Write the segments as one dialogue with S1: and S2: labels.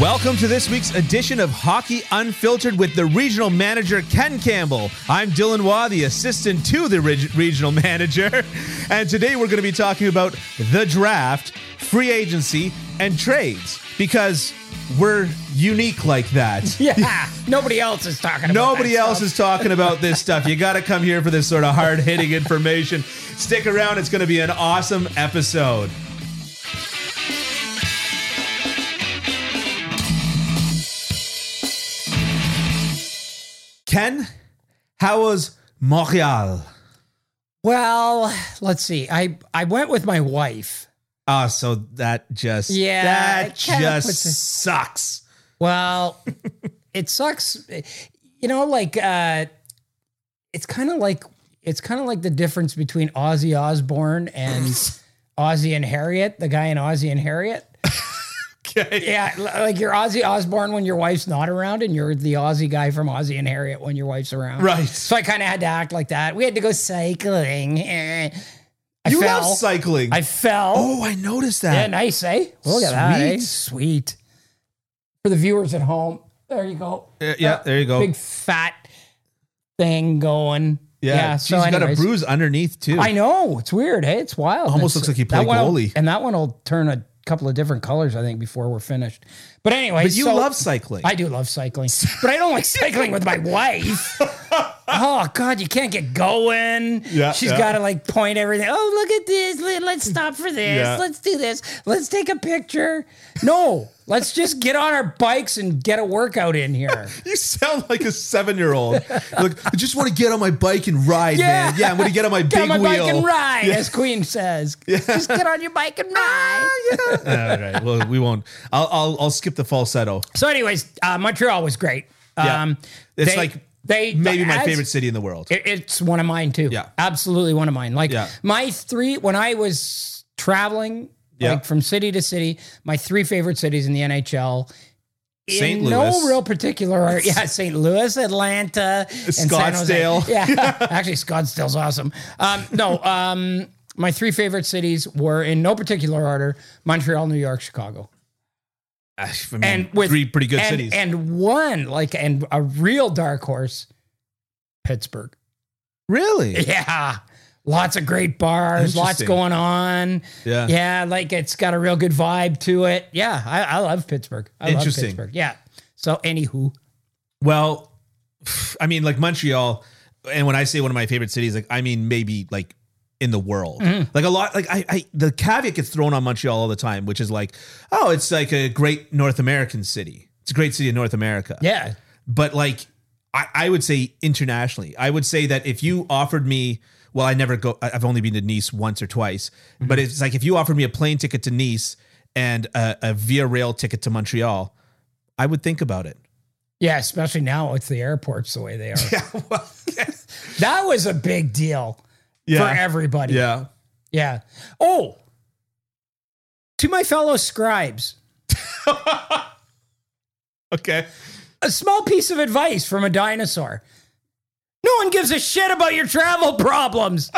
S1: Welcome to this week's edition of Hockey Unfiltered with the regional manager, Ken Campbell. I'm Dylan Waugh, the assistant to the reg- regional manager. And today we're going to be talking about the draft, free agency, and trades because we're unique like that.
S2: Yeah. Nobody else is talking about
S1: Nobody
S2: that
S1: else
S2: stuff.
S1: is talking about this stuff. You got to come here for this sort of hard hitting information. Stick around, it's going to be an awesome episode. Ken, how was Montreal?
S2: Well, let's see. I I went with my wife.
S1: Ah, so that just
S2: Yeah,
S1: that
S2: it kinda
S1: just
S2: puts a-
S1: sucks.
S2: Well, it sucks. You know, like uh it's kind of like it's kind of like the difference between Ozzy Osbourne and Ozzy and Harriet, the guy in Ozzy and Harriet.
S1: Okay.
S2: Yeah, l- like you're Ozzy Osbourne when your wife's not around, and you're the Ozzy guy from Ozzy and Harriet when your wife's around.
S1: Right.
S2: So I kind of had to act like that. We had to go cycling. Eh. I
S1: You
S2: fell.
S1: love cycling.
S2: I fell.
S1: oh, I noticed that.
S2: Yeah, nice, eh? Look at that, eh?
S1: Sweet.
S2: Sweet. For the viewers at home, there you go.
S1: Uh, yeah, there you go.
S2: Big fat thing going.
S1: Yeah, she's got a
S2: anyways.
S1: bruise underneath too.
S2: I know. It's weird, hey? It's wild.
S1: Almost
S2: It's-
S1: looks like he
S2: that
S1: played
S2: one will-
S1: goalie.
S2: And that one will turn a couple of different colors, I think, before we're finished. But anyway,
S1: But you
S2: so-
S1: love cycling.
S2: I do love cycling, but I don't like cycling with my wife. oh God, you can't get going.
S1: Yeah,
S2: she's
S1: yeah.
S2: got to like point everything. Oh, look at this. Let- Let's stop for this.
S1: Yeah.
S2: Let's do this. Let's take a picture. No, let's just get on our bikes and get a workout in here.
S1: you sound like a seven-year-old. Look, I just want to get on my bike and ride,
S2: Yeah.
S1: man. Yeah, I'm going to get on my
S2: Get
S1: big
S2: on my
S1: wheel.
S2: bike and ride, as Queen says. Just get on your bike and
S1: Ah.
S2: ride.
S1: All right. Well, we won't. I'll, I'll I'll skip the falsetto.
S2: So, anyways, uh, Montreal was great.
S1: Yeah.
S2: Um,
S1: It's like
S2: they
S1: Maybe my
S2: as-
S1: favorite city in the world.
S2: It- it's one of mine too.
S1: Yeah.
S2: absolutely one of mine. Like
S1: Yeah.
S2: my three when I was traveling,
S1: Yeah.
S2: like from city to city, my three favorite cities in the NHL.
S1: St.
S2: In no
S1: Louis.
S2: real particular, order- yeah. St. Louis, Atlanta, and San Jose.
S1: Scottsdale.
S2: Yeah, actually, Scottsdale's awesome. Um, no, um, my three favorite cities were in no particular order: Montreal, New York, Chicago
S1: Ah, I mean,
S2: and with
S1: Mm. three pretty good
S2: and,
S1: cities.
S2: and one like and a real dark horse, Pittsburgh.
S1: really?
S2: Yeah, lots of great bars, lots
S1: Interesting.
S2: going on.
S1: Yeah.
S2: yeah, like it's got a real good vibe to it. Yeah, I, I love Pittsburgh. I
S1: Interesting.
S2: love Pittsburgh. Yeah. So anywho,
S1: Well, I mean, like Montreal, and when I say one of my favorite cities, like I mean maybe like in the world,
S2: Mm-hmm.
S1: like a lot, like I, I, the caveat gets thrown on Montreal all the time, which is like, oh, it's like a great North American city. It's a great city in North America.
S2: yeah,
S1: but like I, I would say internationally i would say that if you offered me well i never go I- i've only been to nice once or twice but it's like if you offered me a plane ticket to nice and a, a via rail ticket to montreal i would think about it
S2: yeah. Especially now with the airports the way they are. That was a big deal for everybody.
S1: yeah
S2: Yeah. Oh, to my fellow scribes,
S1: okay
S2: a small piece of advice from a dinosaur. No one gives a shit about your travel problems.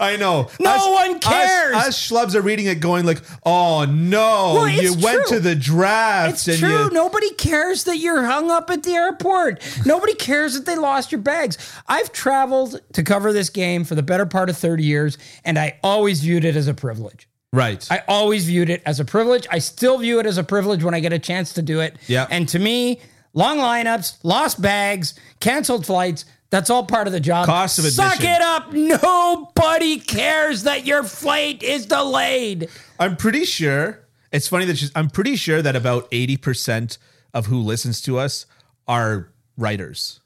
S1: i know
S2: No one cares.
S1: us, schlubs are reading it going like oh no
S2: Well, it's
S1: you went
S2: true.
S1: to the draft
S2: It's
S1: and
S2: true.
S1: you
S2: Nobody cares that you're hung up at the airport. Nobody cares that they lost your bags. I've traveled to cover this game for the better part of 30 years, and I always viewed it as a privilege.
S1: right
S2: I always viewed it as a privilege. I still view it as a privilege when I get a chance to do it.
S1: Yeah.
S2: And to me, long lineups, lost bags, canceled flights, that's all part of the job.
S1: Cost of
S2: Suck
S1: admission.
S2: it up. Nobody cares that your flight is delayed.
S1: I'm pretty sure it's funny that she's, I'm pretty sure that about 80% of who listens to us are writers.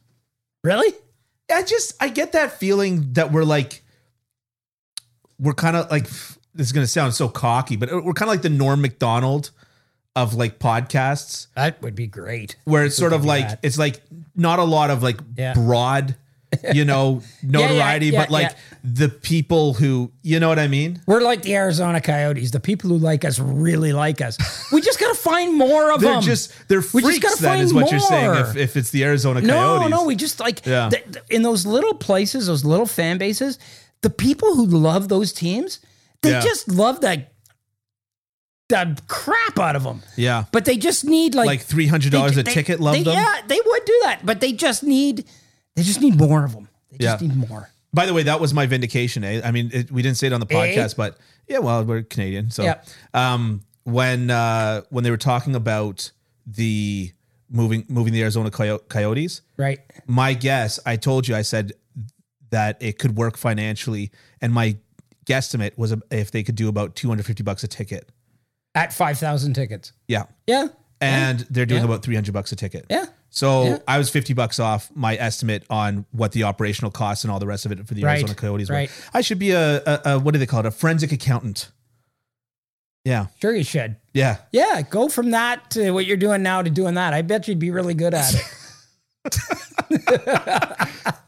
S2: Really?
S1: I just, I get that feeling that we're like, we're kind of like, this is going to sound so cocky, but we're kind of like the Norm McDonald of like podcasts
S2: That would be great.
S1: where it's sort of like,
S2: that.
S1: it's like not a lot of like
S2: Yeah.
S1: broad, you know, notoriety,
S2: yeah,
S1: but like
S2: yeah.
S1: the people who, you know what I mean?
S2: We're like the Arizona Coyotes. The people who like us really like us. We just got to find more of
S1: They're
S2: them.
S1: just, they're
S2: we just
S1: freaks
S2: gotta
S1: then is
S2: find
S1: what you're saying
S2: more.
S1: if, if it's the Arizona
S2: no,
S1: Coyotes.
S2: no, we just like
S1: Yeah.
S2: th- th- in those little places, those little fan bases. The people who love those teams, they
S1: Yeah.
S2: just love that the crap out of them.
S1: Yeah.
S2: But they just need like
S1: Like $300
S2: they-
S1: a
S2: they-
S1: ticket, love
S2: they-
S1: them?
S2: Yeah, they would do that, but they just need they just need more of them. They just
S1: Yeah.
S2: need more.
S1: By the way, that was my vindication. Eh? I mean, it, we didn't say it on the podcast, but yeah, well, we're Canadian, so
S2: Eh? Yeah.
S1: um, when uh, when they were talking about the moving moving the Arizona Coyo- Coyotes,
S2: Right.
S1: my guess, I told you, I said that it could work financially, and my guesstimate was if they could do about two hundred fifty bucks a ticket.
S2: At 5,000 tickets.
S1: Yeah,
S2: Yeah.
S1: and they're doing
S2: Eh? Yeah.
S1: about three hundred bucks a ticket.
S2: Yeah.
S1: So
S2: Yeah.
S1: I was 50 bucks off my estimate on what the operational costs and all the rest of it for the
S2: Right,
S1: Arizona Coyotes
S2: right.
S1: were. I should be a, a, a, what do they call it? A forensic accountant. Yeah.
S2: Sure you should.
S1: Yeah.
S2: Yeah, go from that to what you're doing now to doing that. I bet you'd be really good at it.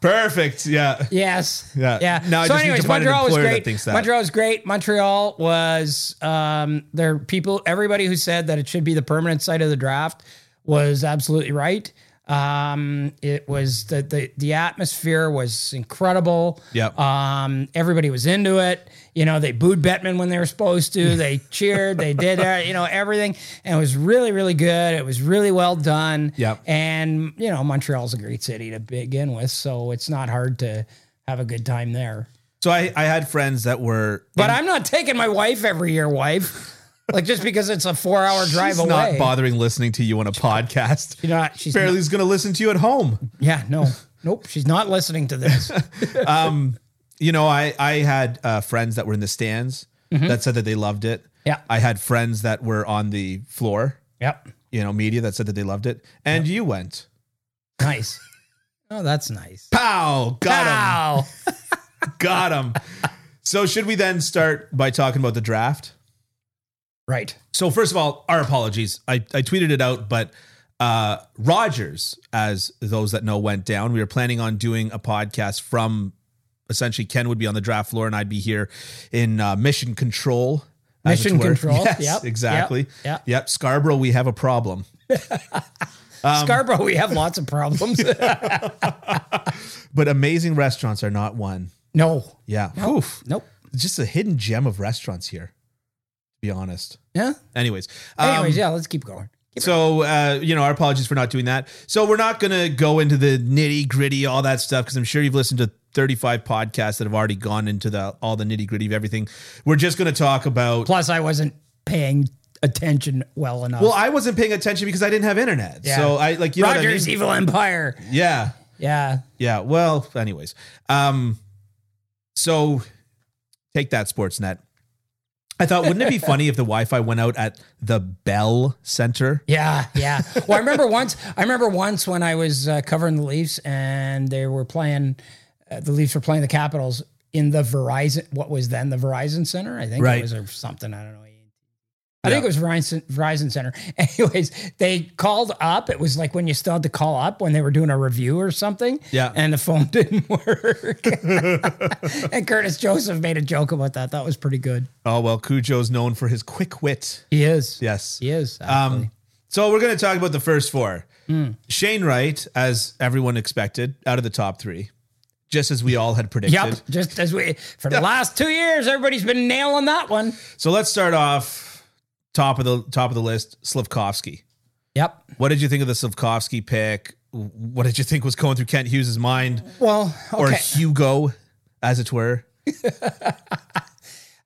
S1: Perfect. Yeah.
S2: Yes.
S1: Yeah.
S2: Yeah.
S1: Now I
S2: so,
S1: just need
S2: anyways,
S1: to find an
S2: Montreal was
S1: employer that
S2: great.
S1: thinks that.
S2: Montreal was great. Montreal was um, there. are People, everybody who said that it should be the permanent site of the draft was absolutely right. Um, it was the the the atmosphere was incredible.
S1: Yep.
S2: Um, everybody was into it. You know, they booed Bettman when they were supposed to. They cheered. They did. uh, You know, everything, and it was really, really good. It was really well done.
S1: Yep.
S2: And you know, Montreal's a great city to begin with, so it's not hard to have a good time there.
S1: So I, I had friends that were,
S2: But I'm not taking my wife every year, wife. Like just because it's a four hour drive
S1: she's
S2: away.
S1: not bothering listening to you on a podcast.
S2: She's not- she's
S1: Barely
S2: not-
S1: is going to listen to you at home.
S2: yeah, no. Nope. She's not listening to this.
S1: You know, I, I had uh, friends that were in the stands that said that they loved it.
S2: Mm-hmm. Yeah.
S1: I had friends that were on the floor.
S2: yep.
S1: you know, media that said that they loved it. And you went,
S2: Nice. Oh, that's nice.
S1: pow, got him,
S2: Wow.
S1: got him. so should we then start by talking about the draft?
S2: Right.
S1: So first of all, our apologies. I, I tweeted it out, but uh, Rogers, as those that know, went down. We were planning on doing a podcast from essentially Ken would be on the draft floor and I'd be here in uh, mission control. as it
S2: Mission
S1: were.
S2: control.
S1: Yes,
S2: Yep.
S1: Exactly.
S2: Yep. Yep.
S1: Yep. Scarborough, we have a problem. Um,
S2: Scarborough, we have lots of problems.
S1: But amazing restaurants are not one.
S2: no.
S1: Yeah. Oof.
S2: Nope.
S1: just a hidden gem of restaurants here, to be honest.
S2: Yeah.
S1: Anyways, um,
S2: Anyways, yeah, let's keep going. Keep
S1: so uh, you know, our apologies for not doing that. So we're not going to go into the nitty gritty, all that stuff, because I'm sure you've listened to 35 podcasts that have already gone into the all the nitty gritty of everything. We're just going to talk about.
S2: Plus, I wasn't paying attention well enough.
S1: Well, I wasn't paying attention because I didn't have internet.
S2: Yeah.
S1: So I like you know what I
S2: Rogers,
S1: mean?
S2: Evil Empire.
S1: Yeah,
S2: Yeah.
S1: yeah. Well, anyways, um, so take that Sportsnet. I thought, wouldn't it be funny if the Wi-Fi went out at the Bell Center?
S2: Yeah, yeah. Well, I remember once. I remember once when I was uh, covering the Leafs, and they were playing. Uh, the Leafs were playing the Capitals in the Verizon. What was then the Verizon Center? I think
S1: Right.
S2: it was or something. I don't know. I think it was Verizon, Verizon Center. Anyways, they called up. It was like when you still had to call up when they were doing a review or something.
S1: Yeah.
S2: And the phone didn't work. and Curtis Joseph made a joke about that. That was pretty good.
S1: Oh well, Cujo's known for his quick wit.
S2: He is.
S1: Yes.
S2: He is.
S1: Um, so we're going to talk about the first four.
S2: Hmm.
S1: Shane Wright, as everyone expected, out of the top three, just as we all had predicted.
S2: Yep. Just as we, for the last two years, everybody's been nailing that one.
S1: So let's start off top of the top of the list, Slavkovsky.
S2: Yep.
S1: What did you think of the Slavkovsky pick? What did you think was going through Kent Hughes' mind,
S2: Well,
S1: or
S2: okay.
S1: Hugo, as it were?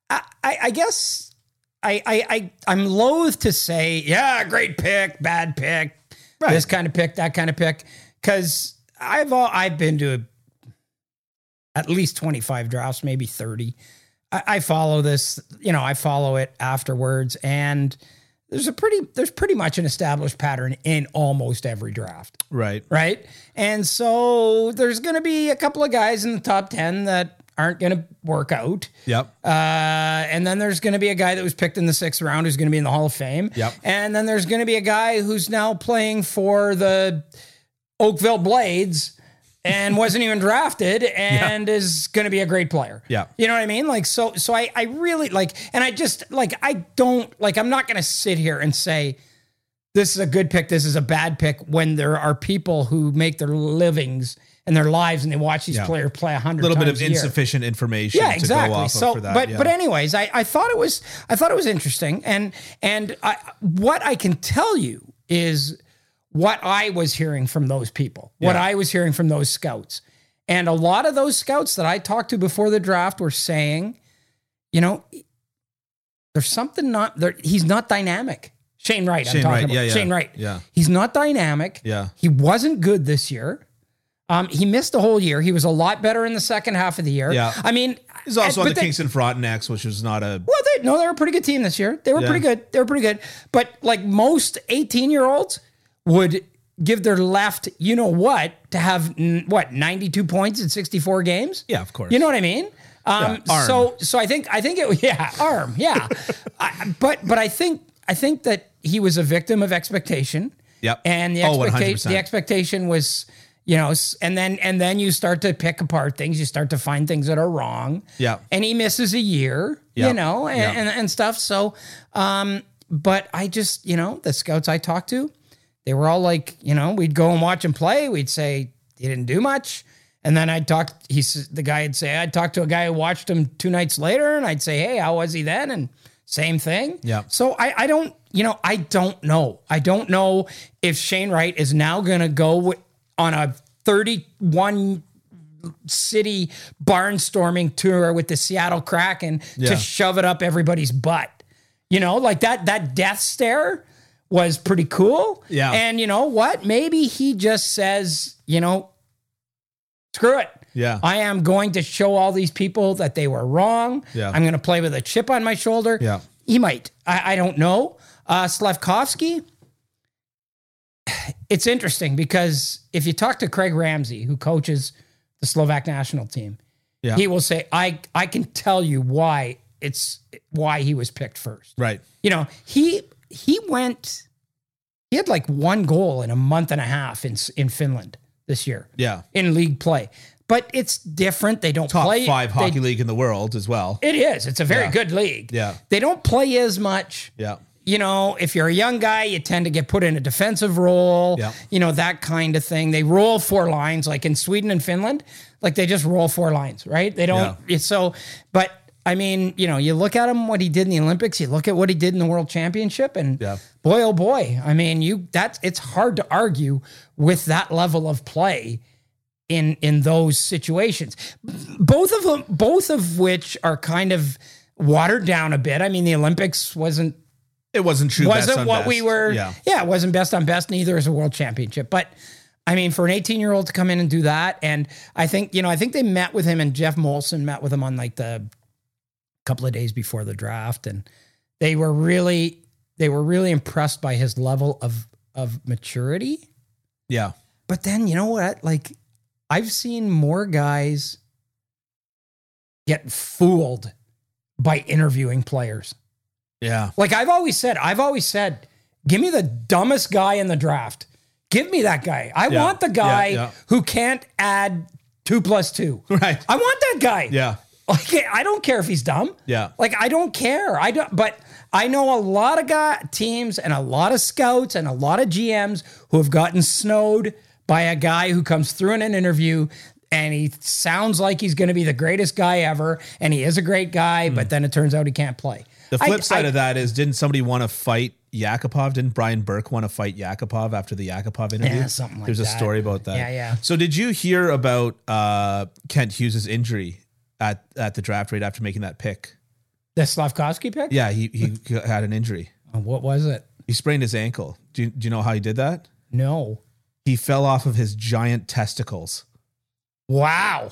S2: I, I guess I, I, I, I'm loath to say, yeah, great pick, bad pick,
S1: Right.
S2: this kind of pick, that kind of pick. Cause I've all, I've been to at least 25 drafts, maybe 30. I, I follow this, you know, I follow it afterwards. And there's a pretty, there's pretty much an established pattern in almost every draft.
S1: Right.
S2: right? And so there's going to be a couple of guys in the top 10 that aren't going to work out.
S1: Yep.
S2: Uh, and then there's going to be a guy that was picked in the sixth round who's going to be in the Hall of Fame.
S1: Yep.
S2: And then there's going to be a guy who's now playing for the Oakville Blades and wasn't even drafted and is going to be a great player.
S1: Yeah.
S2: You know what I mean? Like, so, so I, I really like, and I just like, I don't like, I'm not going to sit here and say, this is a good pick, this is a bad pick when there are people who make their livings and their lives, and they watch these
S1: Yeah.
S2: players play a hundred.
S1: A little bit of
S2: times a year.
S1: insufficient information
S2: Yeah,
S1: to
S2: exactly.
S1: go off
S2: so,
S1: of for that.
S2: but
S1: yeah.
S2: but anyways, I, I thought it was I thought it was interesting, and and I, what I can tell you is what I was hearing from those people, what
S1: Yeah.
S2: I was hearing from those scouts, and a lot of those scouts that I talked to before the draft were saying, you know, there's something not there. He's not dynamic. Shane Wright,
S1: Shane
S2: I'm talking
S1: Wright,
S2: about
S1: yeah, yeah,
S2: Shane Wright.
S1: yeah.
S2: he's not dynamic.
S1: Yeah.
S2: he wasn't good this year. Um, he missed the whole year. He was a lot better in the second half of the year.
S1: Yeah.
S2: I mean,
S1: he's also
S2: and-
S1: on
S2: but
S1: the
S2: they-
S1: Kingston Frontenacs, which is not a
S2: Well, they, no, they're a pretty good team this year. They were
S1: Yeah.
S2: pretty good. They were pretty good. But like most 18 year olds would give their left, you know what, to have n- what 92 points in 64 games.
S1: Yeah, of course.
S2: You know what I mean? Um,
S1: Yeah, arm.
S2: So so I think I think it yeah arm yeah, I, but but I think I think that he was a victim of expectation.
S1: Yep.
S2: And the
S1: Oh,
S2: expectation
S1: 100%.
S2: the expectation was you know s- and then and then you start to pick apart things you start to find things that are wrong
S1: Yeah.
S2: and he misses a year,
S1: Yeah.
S2: you know, and,
S1: Yeah.
S2: and, and stuff. So, um, but I just, you know, the scouts I talked to, they were all like, you know, we'd go and watch him play. We'd say he didn't do much. And then I'd talk, he's the guy would say, I'd talk to a guy who watched him two nights later and I'd say, Hey, how was he then? And same thing.
S1: Yeah.
S2: So I, I don't, you know, I don't know. I don't know if Shane Wright is now going to go wi- on a 31 city barnstorming tour with the Seattle Kraken
S1: Yeah.
S2: to shove it up everybody's butt. You know, like that that death stare was pretty cool.
S1: Yeah.
S2: And you know what? Maybe he just says, you know, screw it.
S1: Yeah.
S2: I am going to show all these people that they were wrong.
S1: Yeah.
S2: I'm going to play with a chip on my shoulder.
S1: Yeah.
S2: He might. I, I don't know. Uh, Slavkovsky, it's interesting because if you talk to Craig Ramsey, who coaches the Slovak national team,
S1: Yeah.
S2: he will say, I, I can tell you why it's why he was picked first.
S1: right.
S2: You know, he he went he had like one goal in a month and a half in S- in Finland this year
S1: Yeah.
S2: in league play. But it's different. They don't
S1: Top
S2: play
S1: five
S2: they-
S1: hockey league in the world as well.
S2: It is. It's a very
S1: Yeah.
S2: good league.
S1: Yeah.
S2: They don't play as much
S1: Yeah.
S2: you know, if you're a young guy, you tend to get put in a defensive role,
S1: Yeah.
S2: you know, that kind of thing. They roll four lines, like in Sweden and Finland, like they just roll four lines, right? They don't, it's so, but I mean, you know, you look at him, what he did in the Olympics, you look at what he did in the World Championship, and
S1: Yeah.
S2: boy, oh boy, I mean, you, that's, it's hard to argue with that level of play. In, in those situations, both of them, both of which are kind of watered down a bit. I mean, the Olympics wasn't
S1: It wasn't true. best
S2: wasn't
S1: on
S2: what
S1: best.
S2: we were.
S1: Yeah.
S2: Yeah. it wasn't best on best. Neither is a world championship. But I mean, for an 18 year old to come in and do that, and I think you know, I think they met with him and Jeff Molson met with him on like the couple of days before the draft, and they were really they were really impressed by his level of of maturity.
S1: Yeah.
S2: But then you know what? Like I've seen more guys get fooled by interviewing players.
S1: Yeah.
S2: Like I've always said, I've always said, give me the dumbest guy in the draft. Give me that guy. I
S1: Yeah,
S2: want the
S1: yeah,
S2: guy
S1: yeah.
S2: who can't add two plus two.
S1: Right.
S2: I want that guy.
S1: Yeah.
S2: Like I don't care if he's dumb.
S1: Yeah.
S2: Like I don't care. I don't. But I know a lot of guy, teams and a lot of scouts and a lot of GMs who have gotten snowed by a guy who comes through in an interview and he sounds like he's going to be the greatest guy ever and he is a great guy, but then it turns out he can't play.
S1: Hmm. The flip
S2: I-
S1: side
S2: I-
S1: of that is, didn't somebody want to fight Yakupov? Didn't Brian Burke want to fight Yakupov after the Yakupov interview?
S2: Yeah, something like
S1: There's a
S2: that.
S1: story about that.
S2: Yeah, yeah.
S1: So, did you hear about uh, Kent Hughes' injury at, at the draft right after making that pick?
S2: The Slavkovsky pick? Oh,
S1: Yeah, he, he had an injury.
S2: What was it?
S1: He sprained his ankle. Do you, do you know how he did that?
S2: No.
S1: He fell off of his giant testicles,
S2: Wow.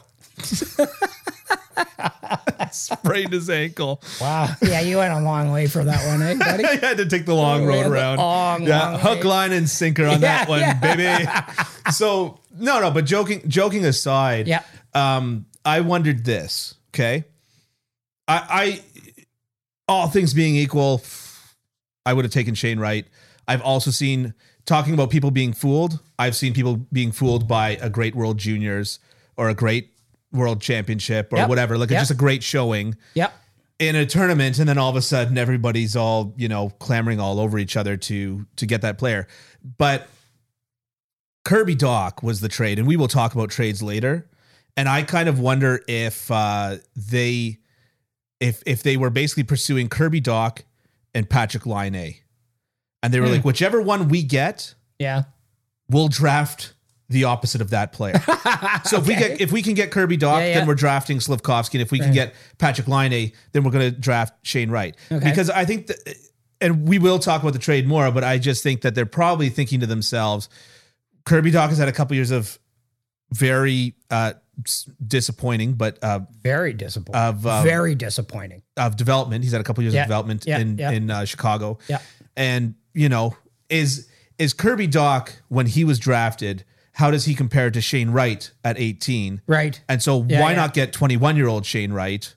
S1: sprained his ankle.
S2: Wow. Yeah, you went a long way for that one, eh, buddy?
S1: I had to take the long road
S2: the
S1: around.
S2: long,
S1: yeah,
S2: long
S1: hook,
S2: way.
S1: line, and sinker on
S2: Yeah,
S1: that one,
S2: yeah.
S1: baby. so no, no, but joking, joking aside,
S2: Yeah.
S1: Um, I wondered this. Okay, I, I, all things being equal, I would have taken Shane Wright. I've also seen talking about people being fooled. I've seen people being fooled by a great World Juniors or a great World Championship or
S2: Yep.
S1: whatever, like
S2: Yep.
S1: just a great showing
S2: Yep.
S1: in a tournament and then all of a sudden everybody's all you know clamoring all over each other to to get that player but Kirby Doc was the trade, and we will talk about trades later. And I kind of wonder if uh, they, if if they were basically pursuing Kirby Doc and Patrick Line, and they were
S2: Hmm.
S1: like, whichever one we get,
S2: Yeah.
S1: we'll draft the opposite of that player. So if we
S2: Okay.
S1: get if we can get Kirby Doc,
S2: Yeah, yeah.
S1: then we're drafting Slavkovsky. And if we can
S2: Right.
S1: get Patrick Line, then we're going to draft Shane Wright.
S2: Okay.
S1: Because I think that, and we will talk about the trade more, but I just think that they're probably thinking to themselves, Kirby Doc has had a couple years of very uh, s- disappointing, but uh,
S2: very disappointing.
S1: of um,
S2: very disappointing.
S1: of development. He's had a couple years
S2: Yeah,
S1: of development
S2: yeah,
S1: in
S2: yeah.
S1: in uh, Chicago.
S2: Yeah.
S1: and you know is is Kirby Doc when he was drafted? How does he compare to Shane Wright at eighteen?
S2: Right.
S1: And so
S2: Yeah,
S1: why
S2: yeah.
S1: not get 21 year old Shane Wright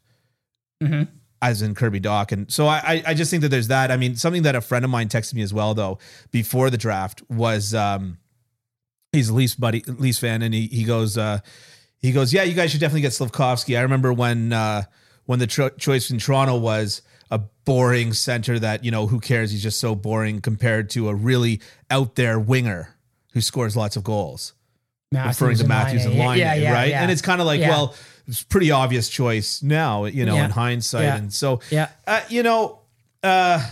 S2: Mhm.
S1: as in Kirby Doc? And so I, I, I just think that there's that. I mean, something that a friend of mine texted me as well, though, before the draft was um, he's a Leafs buddy, Leafs fan. And he, he goes, uh, he goes, yeah, you guys should definitely get Slavkovsky. I remember when, uh, when the tro- choice in Toronto was a boring center that, you know, who cares? He's just so boring compared to a really out there winger who scores lots of goals referring to Matthews and Line,
S2: Yeah, yeah,
S1: right?
S2: yeah.
S1: And it's kind of like,
S2: Yeah.
S1: well, it's a pretty obvious choice now, you know,
S2: Yeah.
S1: in hindsight.
S2: Yeah.
S1: And so,
S2: yeah.
S1: uh, you know, uh,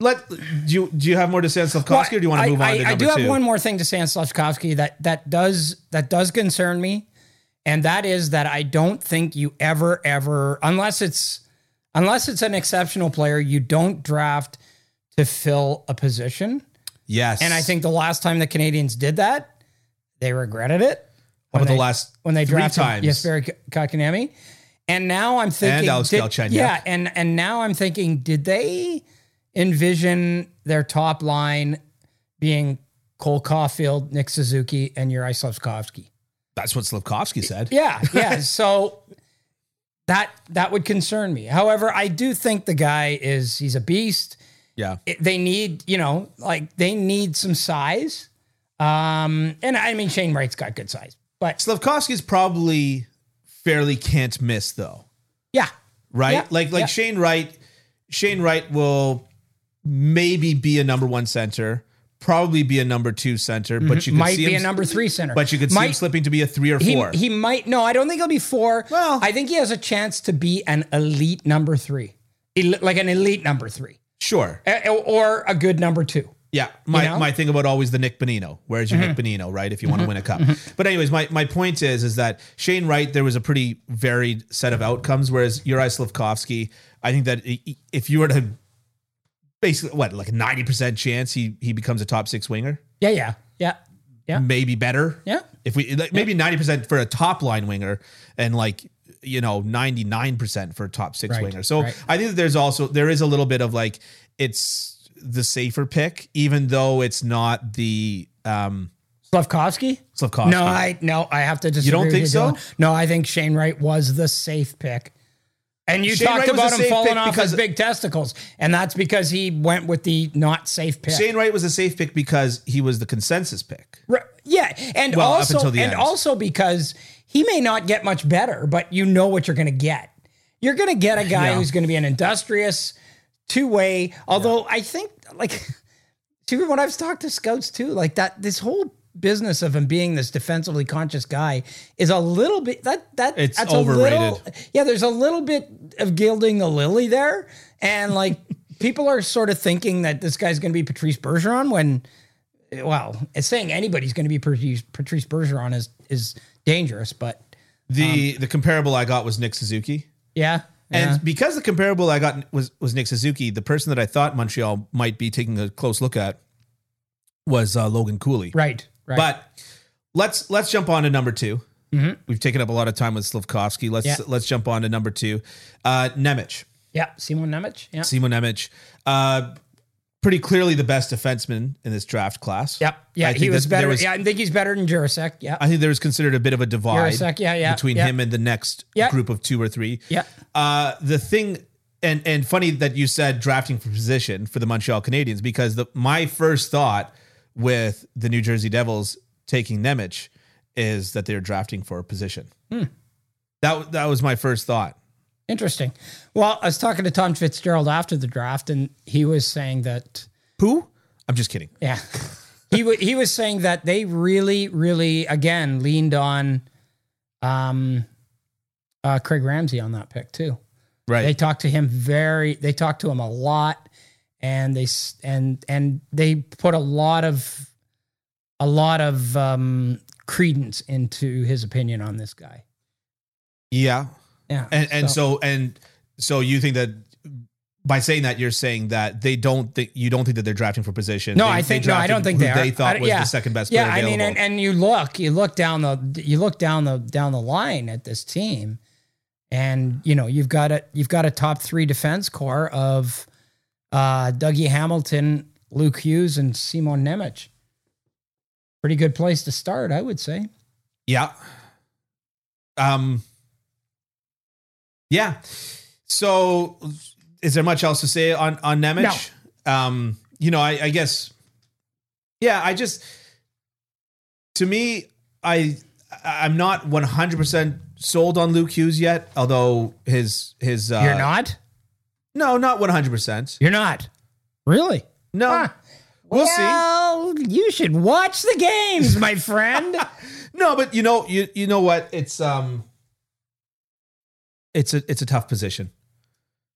S1: let do you do you have more to say on Slavkovsky, or do you want to
S2: Well,
S1: move
S2: I,
S1: on
S2: I,
S1: to
S2: I
S1: number
S2: do
S1: two?
S2: have one more thing to say on Slavkovsky that that does that does concern me, and that is that I don't think you ever ever unless it's unless it's an exceptional player you don't draft to fill a position.
S1: yes,
S2: And I think the last time the Canadians did that, they regretted it
S1: over
S2: when
S1: the
S2: they-
S1: last
S2: when they
S1: three
S2: drafted
S1: times,
S2: Jesperi Kotkaniemi. And now I'm thinking,
S1: Alex
S2: did-
S1: Galchenyuk.
S2: yeah, and and now I'm thinking, did they envision their top line being Cole Caulfield, Nick Suzuki, and Yuri Slavkovsky?
S1: that's what Slavkovsky said.
S2: Yeah, yeah. so that that would concern me. However, I do think the guy is he's a beast
S1: Yeah,
S2: it- they need, you know, like they need some size. Um, and I mean, Shane Wright's got good size, but
S1: Slavkovsky's probably fairly can't miss though.
S2: yeah,
S1: right?
S2: Yeah,
S1: Like like
S2: yeah.
S1: Shane Wright, Shane Wright will maybe be a number one center, probably be a number two center, but you could
S2: Mm-hmm. might
S1: see
S2: be
S1: him,
S2: a number three center.
S1: but you could see him
S2: might,
S1: slipping to be a three or four.
S2: He, he might. No, I don't think he'll be four.
S1: Well-
S2: I think he has a chance to be an elite number three, El- like an elite number three,
S1: sure,
S2: A- or a good number two.
S1: yeah. My
S2: know?
S1: my thing about always the Nick Bonino. Where's your Nick Bonino, right? If you want to win a cup. But anyways, my my point is is that Shane Wright there was a pretty varied set of outcomes, whereas Uri Slavkovsky, I think that i- i- if you were to basically what like a ninety percent chance he he becomes a top six winger,
S2: Yeah, yeah, yeah, yeah,
S1: maybe better.
S2: yeah.
S1: If we like, maybe ninety percent for a top line winger and like you know ninety nine percent for a top six
S2: Right,
S1: winger. So
S2: right.
S1: I think that there's also there is a little bit of like it's the safer pick, even though it's not the um
S2: Slavkovsky.
S1: Slavkovsky.
S2: No, I no, I have to disagree.
S1: don't
S2: with
S1: think so?
S2: Dylan. No, I think Shane Wright was the safe pick. And you
S1: Shane
S2: talked
S1: Wright was
S2: about
S1: a
S2: him
S1: safe
S2: falling
S1: pick
S2: off
S1: because-
S2: his big testicles, and that's because he went with the not safe pick.
S1: Shane Wright was a safe pick because he was the consensus pick.
S2: Ri- yeah, and
S1: Well, up
S2: also
S1: until the
S2: and
S1: end.
S2: also because he may not get much better, but you know what you're going to get. You're going to get a guy
S1: Yeah.
S2: who's going to be an industrious two way. Although I think like to what I've talked to scouts too, like that this whole business of him being this defensively conscious guy is a little bit that that
S1: It's
S2: a little-
S1: overrated.
S2: yeah, there's a little bit of gilding the lily there, and like people are sort of thinking that this guy's going to be Patrice Bergeron when well, it's saying anybody's going to be Patrice, Patrice Bergeron is is dangerous, but
S1: The the comparable I got was Nick Suzuki.
S2: yeah,
S1: And
S2: Um, yeah.
S1: because the comparable I got was was Nick Suzuki, the person that I thought Montreal might be taking a close look at was uh, Logan Cooley.
S2: right, right,
S1: But let's let's jump on to number 2
S2: Mhm.
S1: We've taken up a lot of time with Slavkovsky. Let's
S2: Yeah.
S1: let's jump on to number two, uh, Nemec,
S2: yeah, Simon Nemec, yeah,
S1: Simon Nemec. Uh, pretty clearly the best defenseman in this draft class.
S2: yep, yeah,
S1: I
S2: he
S1: think
S2: was
S1: that there
S2: better.
S1: was-
S2: yeah, I think he's better than Jurasek, yeah,
S1: I think there was considered a bit of a divide
S2: Jurasek, yeah, yeah,
S1: between
S2: yeah,
S1: him and the next
S2: Yeah.
S1: group of two or three.
S2: yeah,
S1: Uh, the thing and and funny that you said drafting for position for the Montreal Canadiens because the my first thought with the New Jersey Devils taking Nemich is that they're drafting for a position.
S2: Hmm.
S1: That that was my first thought.
S2: interesting. Well, I was talking to Tom Fitzgerald after the draft, and he was saying that
S1: Who? I'm just kidding.
S2: yeah, he wa he was saying that they really, really again leaned on, um, uh, Craig Ramsey on that pick too. They
S1: right.
S2: talked to him very. They talked to him a lot, and they s- and and they put a lot of, a lot of um, credence into his opinion on this guy.
S1: yeah.
S2: Yeah,
S1: And and so and so you think that by saying that you're saying that they don't think you don't think that they're drafting for position.
S2: No,
S1: They-
S2: I
S1: they
S2: think no, I
S1: drafted
S2: don't think
S1: who
S2: they are.
S1: they thought
S2: I-
S1: was
S2: yeah.
S1: the second best player
S2: Yeah, I mean,
S1: available.
S2: and, and you look, you look down the, you look down the down the line at this team, and you know you've got a you've got a top three defense core of uh, Dougie Hamilton, Luke Hughes, and Simon Nemec. Pretty good place to start, I would say.
S1: Yeah. Um. Yeah. So, is there much else to say on on Nemec? Um. You know, I, I guess. Yeah, I just. To me, I I'm not 100 percent sold on Luke Hughes yet. Although his his uh,
S2: You're not.
S1: no not 100 percent
S2: You're not. Really?
S1: no.
S2: Huh.
S1: We'll see.
S2: well, you should watch the games, my friend.
S1: No, but you know, you you know what? It's um, it's a it's a tough position.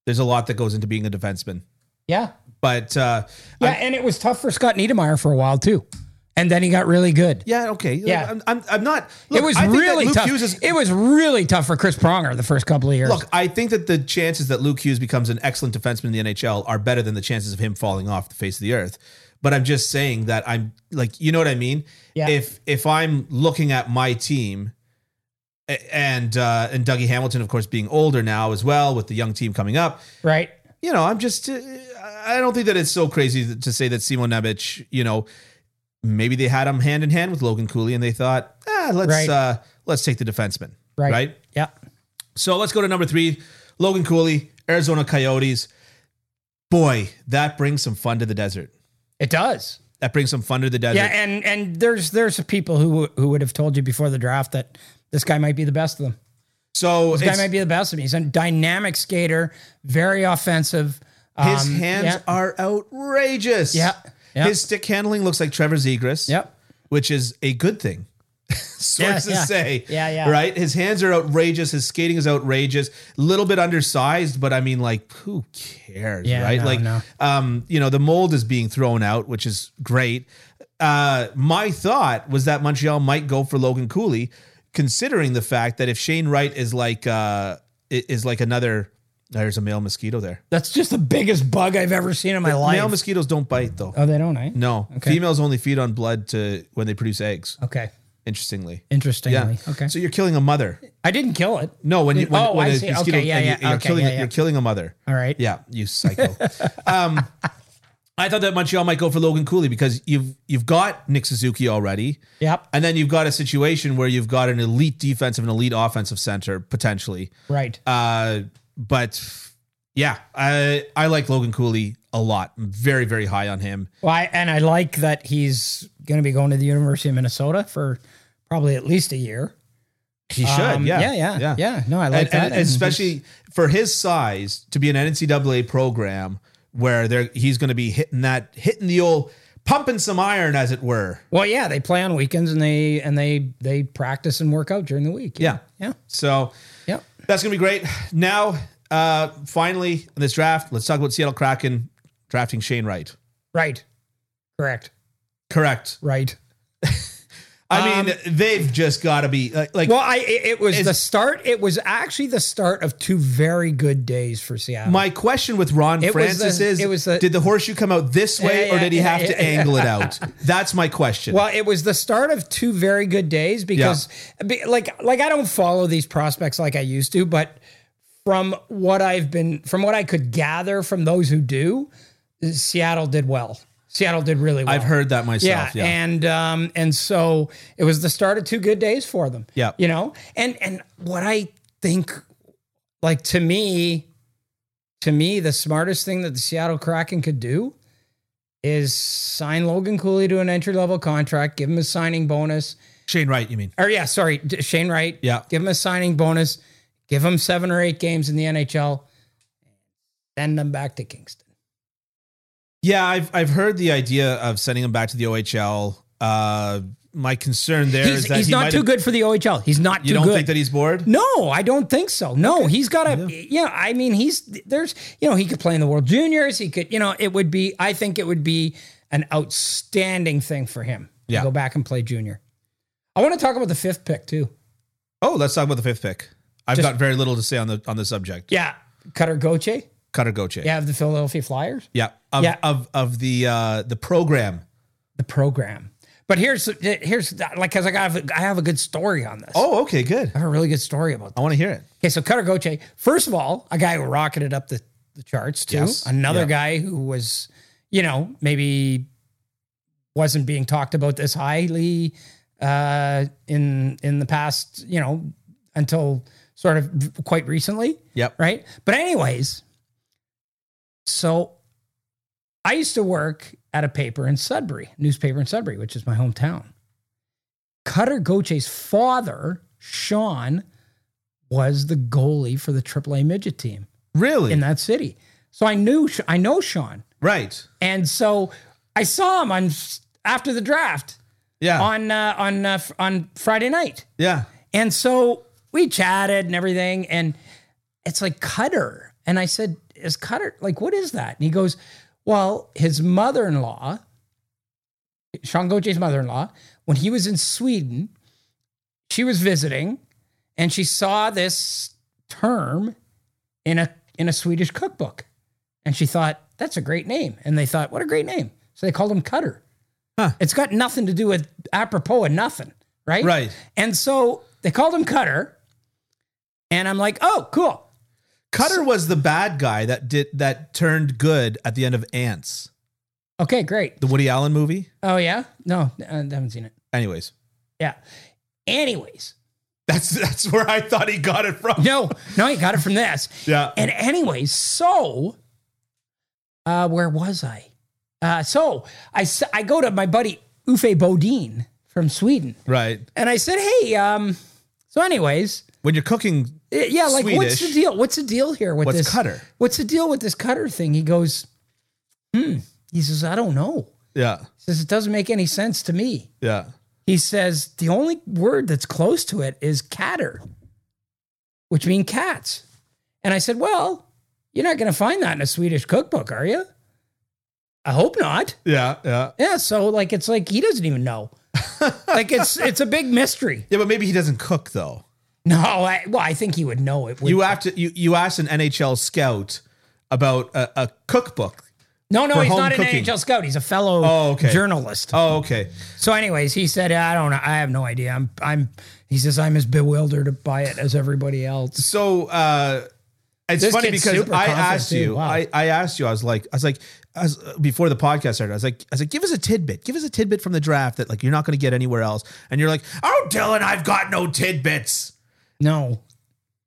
S1: There's a lot that goes into being a defenseman,
S2: yeah.
S1: but uh,
S2: Yeah,
S1: I'm-
S2: and it was tough for Scott Niedermayer for a while too, and then he got really good.
S1: yeah, okay,
S2: Yeah.
S1: I'm I'm, I'm not. Look,
S2: it was
S1: I think that
S2: really
S1: Luke
S2: tough.
S1: Hughes is-
S2: it was really tough for Chris Pronger the first couple of years.
S1: look, I think that the chances that Luke Hughes becomes an excellent defenseman in the NHL are better than the chances of him falling off the face of the earth. But I'm just saying that I'm like, you know what I mean?
S2: Yeah.
S1: If if I'm looking at my team a- and uh and Dougie Hamilton of course being older now as well with the young team coming up,
S2: right?
S1: you know, I'm just, uh, I don't think that it's so crazy to say that Simon Nemec, you know, maybe they had him hand in hand with Logan Cooley and they thought, ah, let's,
S2: Right.
S1: uh, let's take the defenseman.
S2: Right.
S1: Right.
S2: Yeah.
S1: So let's go to number three, Logan Cooley, Arizona Coyotes. Boy, that brings some fun to the desert.
S2: It does.
S1: That brings some fun to the desert.
S2: Yeah, and and there's there's people who who would have told you before the draft that this guy might be the best of them.
S1: so
S2: This
S1: it's-
S2: guy might be the best of them. He's a dynamic skater, very offensive.
S1: his
S2: Um,
S1: hands
S2: yeah.
S1: are outrageous.
S2: Yeah. Yeah.
S1: His stick handling looks like Trevor Zegras.
S2: Yep.
S1: which is a good thing. Sources
S2: Yeah, yeah.
S1: say,
S2: Yeah, yeah.
S1: right. His hands are outrageous. His skating is outrageous. A little bit undersized, but I mean, like, who cares,
S2: Yeah,
S1: right?
S2: no,
S1: like,
S2: no.
S1: um, you know, the mold is being thrown out, which is great. Uh, my thought was that Montreal might go for Logan Cooley, considering the fact that if Shane Wright is like, uh, i- is like another. There's a male mosquito there.
S2: That's just the biggest bug I've ever seen in my life.
S1: Male mosquitoes don't bite though.
S2: oh, they don't, eh?
S1: No,
S2: Okay. Oh.
S1: females only feed on blood to when they produce eggs.
S2: Okay.
S1: Interestingly,
S2: Interestingly. Okay.
S1: So you're killing a mother.
S2: I didn't kill it.
S1: No, when you when,
S2: Oh,
S1: when
S2: I
S1: a
S2: see.
S1: mosquito-
S2: Okay, yeah,
S1: and you-
S2: yeah.
S1: you're
S2: Okay,
S1: killing
S2: yeah, yeah.
S1: you're killing a mother.
S2: All right.
S1: Yeah, you psycho. um, I thought that Montreal might go for Logan Cooley because you've you've got Nick Suzuki already,
S2: Yep.
S1: and then you've got a situation where you've got an elite defensive and elite offensive center potentially.
S2: Right.
S1: Uh, but yeah, I I like Logan Cooley a lot. I'm very very high on him.
S2: Well, I, and I like that he's going to be going to the University of Minnesota for probably at least a year.
S1: He should.
S2: Um,
S1: yeah,
S2: yeah, yeah, yeah. No, I
S1: and,
S2: like that.
S1: and especially for his size to be in an NCAA program where they're he's going to be hitting that hitting the old pumping some iron as it were.
S2: well, yeah, they play on weekends and they and they they practice and work out during the week.
S1: Yeah.
S2: yeah,
S1: So
S2: yeah.
S1: that's going to be great. Now, uh, finally, in this draft, let's talk about Seattle Kraken drafting Shane Wright.
S2: Right, correct,
S1: Correct.
S2: right.
S1: I mean, they've just got to be like, like
S2: Um, Well, I it, it was
S1: Is-
S2: the start. It was actually the start of two very good days for Seattle.
S1: my question with Ron
S2: It was
S1: Francis
S2: the-
S1: is
S2: it was the-
S1: did the horseshoe come out this way
S2: Yeah,
S1: or
S2: yeah,
S1: did he
S2: yeah,
S1: have to
S2: yeah, yeah.
S1: angle it out? That's my question.
S2: Well, it was the start of two very good days because, be- like, like I don't follow these prospects like I used to, but from what I've been, from what I could gather from those who do, Seattle did well. Seattle did really well.
S1: I've heard that myself. Yeah.
S2: and um, and so it was the start of two good days for them.
S1: Yeah.
S2: you know, and and what I think, like to me, to me, the smartest thing that the Seattle Kraken could do is sign Logan Cooley to an entry level contract, give him a signing bonus,
S1: Shane Wright, you mean?
S2: or yeah, sorry, D- Shane Wright,
S1: Yeah.
S2: give him a signing bonus, give him seven or eight games in the NHL, send them back to Kingston.
S1: Yeah, I've I've heard the idea of sending him back to the OHL. Uh, my concern there is
S2: he's
S1: that
S2: he's
S1: he
S2: not
S1: might
S2: too
S1: have-
S2: good for the OHL. He's not
S1: You
S2: too
S1: don't
S2: good.
S1: think that he's bored?
S2: No, I don't think so. No, he's got a yeah. I mean, he's there's you know he could play in the World Juniors. He could you know it would be I think it would be an outstanding thing for him. to
S1: Yeah.
S2: go back and play junior. I want to talk about the fifth pick too.
S1: Oh, let's talk about the fifth pick. I've
S2: Just-
S1: got very little to say on the on the subject.
S2: Yeah, Cutter Goche.
S1: Cutter Goche.
S2: Yeah, of the Philadelphia Flyers.
S1: Yeah. Of,
S2: Yeah.
S1: of of the uh the program.
S2: The program. But here's here's like because I got I have a good story on this.
S1: Oh, okay, good.
S2: I have a really good story about
S1: I want to hear it.
S2: Okay, so Cutter Goche, first of all, a guy who rocketed up the, the charts too.
S1: Yes,
S2: Another
S1: yeah.
S2: guy who was, you know, maybe wasn't being talked about this highly uh, in in the past, you know, until sort of quite recently,
S1: Yep.
S2: right? But anyways, so I used to work at a paper in Sudbury, newspaper in Sudbury, which is my hometown. Cutter Goche's father, Sean, was the goalie for the AAA midget team
S1: Really?
S2: in that city. So I knew I know Sean,
S1: right.
S2: and so I saw him on after the draft
S1: Yeah.
S2: on uh, on uh, f- on Friday night,
S1: yeah.
S2: and so we chatted and everything, and it's like Cutter, and I said, "Is Cutter like what is that?" And he goes, "Well, his mother-in-law, Sean Goche's mother-in-law, when he was in Sweden, she was visiting, and she saw this term in a in a Swedish cookbook, and she thought that's a great name, and they thought what a great name, so they called him Cutter.
S1: Huh.
S2: It's got nothing to do with apropos of nothing, right?
S1: Right.
S2: And so they called him Cutter, and I'm like, oh, cool.
S1: Cutter was the bad guy that did that turned good at the end of Ants,
S2: Okay, great.
S1: the Woody Allen movie.
S2: Oh yeah, no, I haven't seen it.
S1: Anyways,
S2: Yeah. Anyways,
S1: that's that's where I thought he got it from.
S2: no, no, I got it from this.
S1: Yeah.
S2: And anyways, so uh, where was I? Uh, so I s- I go to my buddy Uffe Bodin from Sweden,
S1: Right.
S2: and I said, hey, um, so anyways,
S1: When you're cooking,
S2: Uh, Yeah, like what's the
S1: Swedish.
S2: deal? What's the deal here with
S1: What's
S2: this
S1: cutter?
S2: What's the deal with this cutter thing? He goes, hmm. He says, I don't know.
S1: yeah,
S2: He says it doesn't make any sense to me.
S1: yeah.
S2: He says the only word that's close to it is catter, which mean cats. And I said, Well, you're not going to find that in a Swedish cookbook, are you? I hope not.
S1: Yeah, yeah.
S2: Yeah. So like, it's like he doesn't even know. like it's it's a big mystery.
S1: Yeah, but maybe he doesn't cook though.
S2: No, I, well, I think he would know it.
S1: You have to you you asked an NHL scout about a, a cookbook.
S2: No, no,
S1: for
S2: he's
S1: home
S2: not
S1: cooking.
S2: an NHL scout. He's a fellow
S1: Oh, okay.
S2: journalist.
S1: Oh, okay.
S2: So, anyways, he said, "I don't know. I have no idea. I'm, I'm." He says, "I'm as bewildered by it as everybody else."
S1: So uh it's
S2: This
S1: funny
S2: kid's
S1: because
S2: super
S1: I
S2: confident,
S1: asked
S2: too.
S1: you,
S2: Wow.
S1: I, I asked you, I was like, I was like, I was, before the podcast started, I was like, I was like, give us a tidbit, give us a tidbit from the draft that like you're not going to get anywhere else, and you're like, oh, Dylan, I've got no tidbits.
S2: No.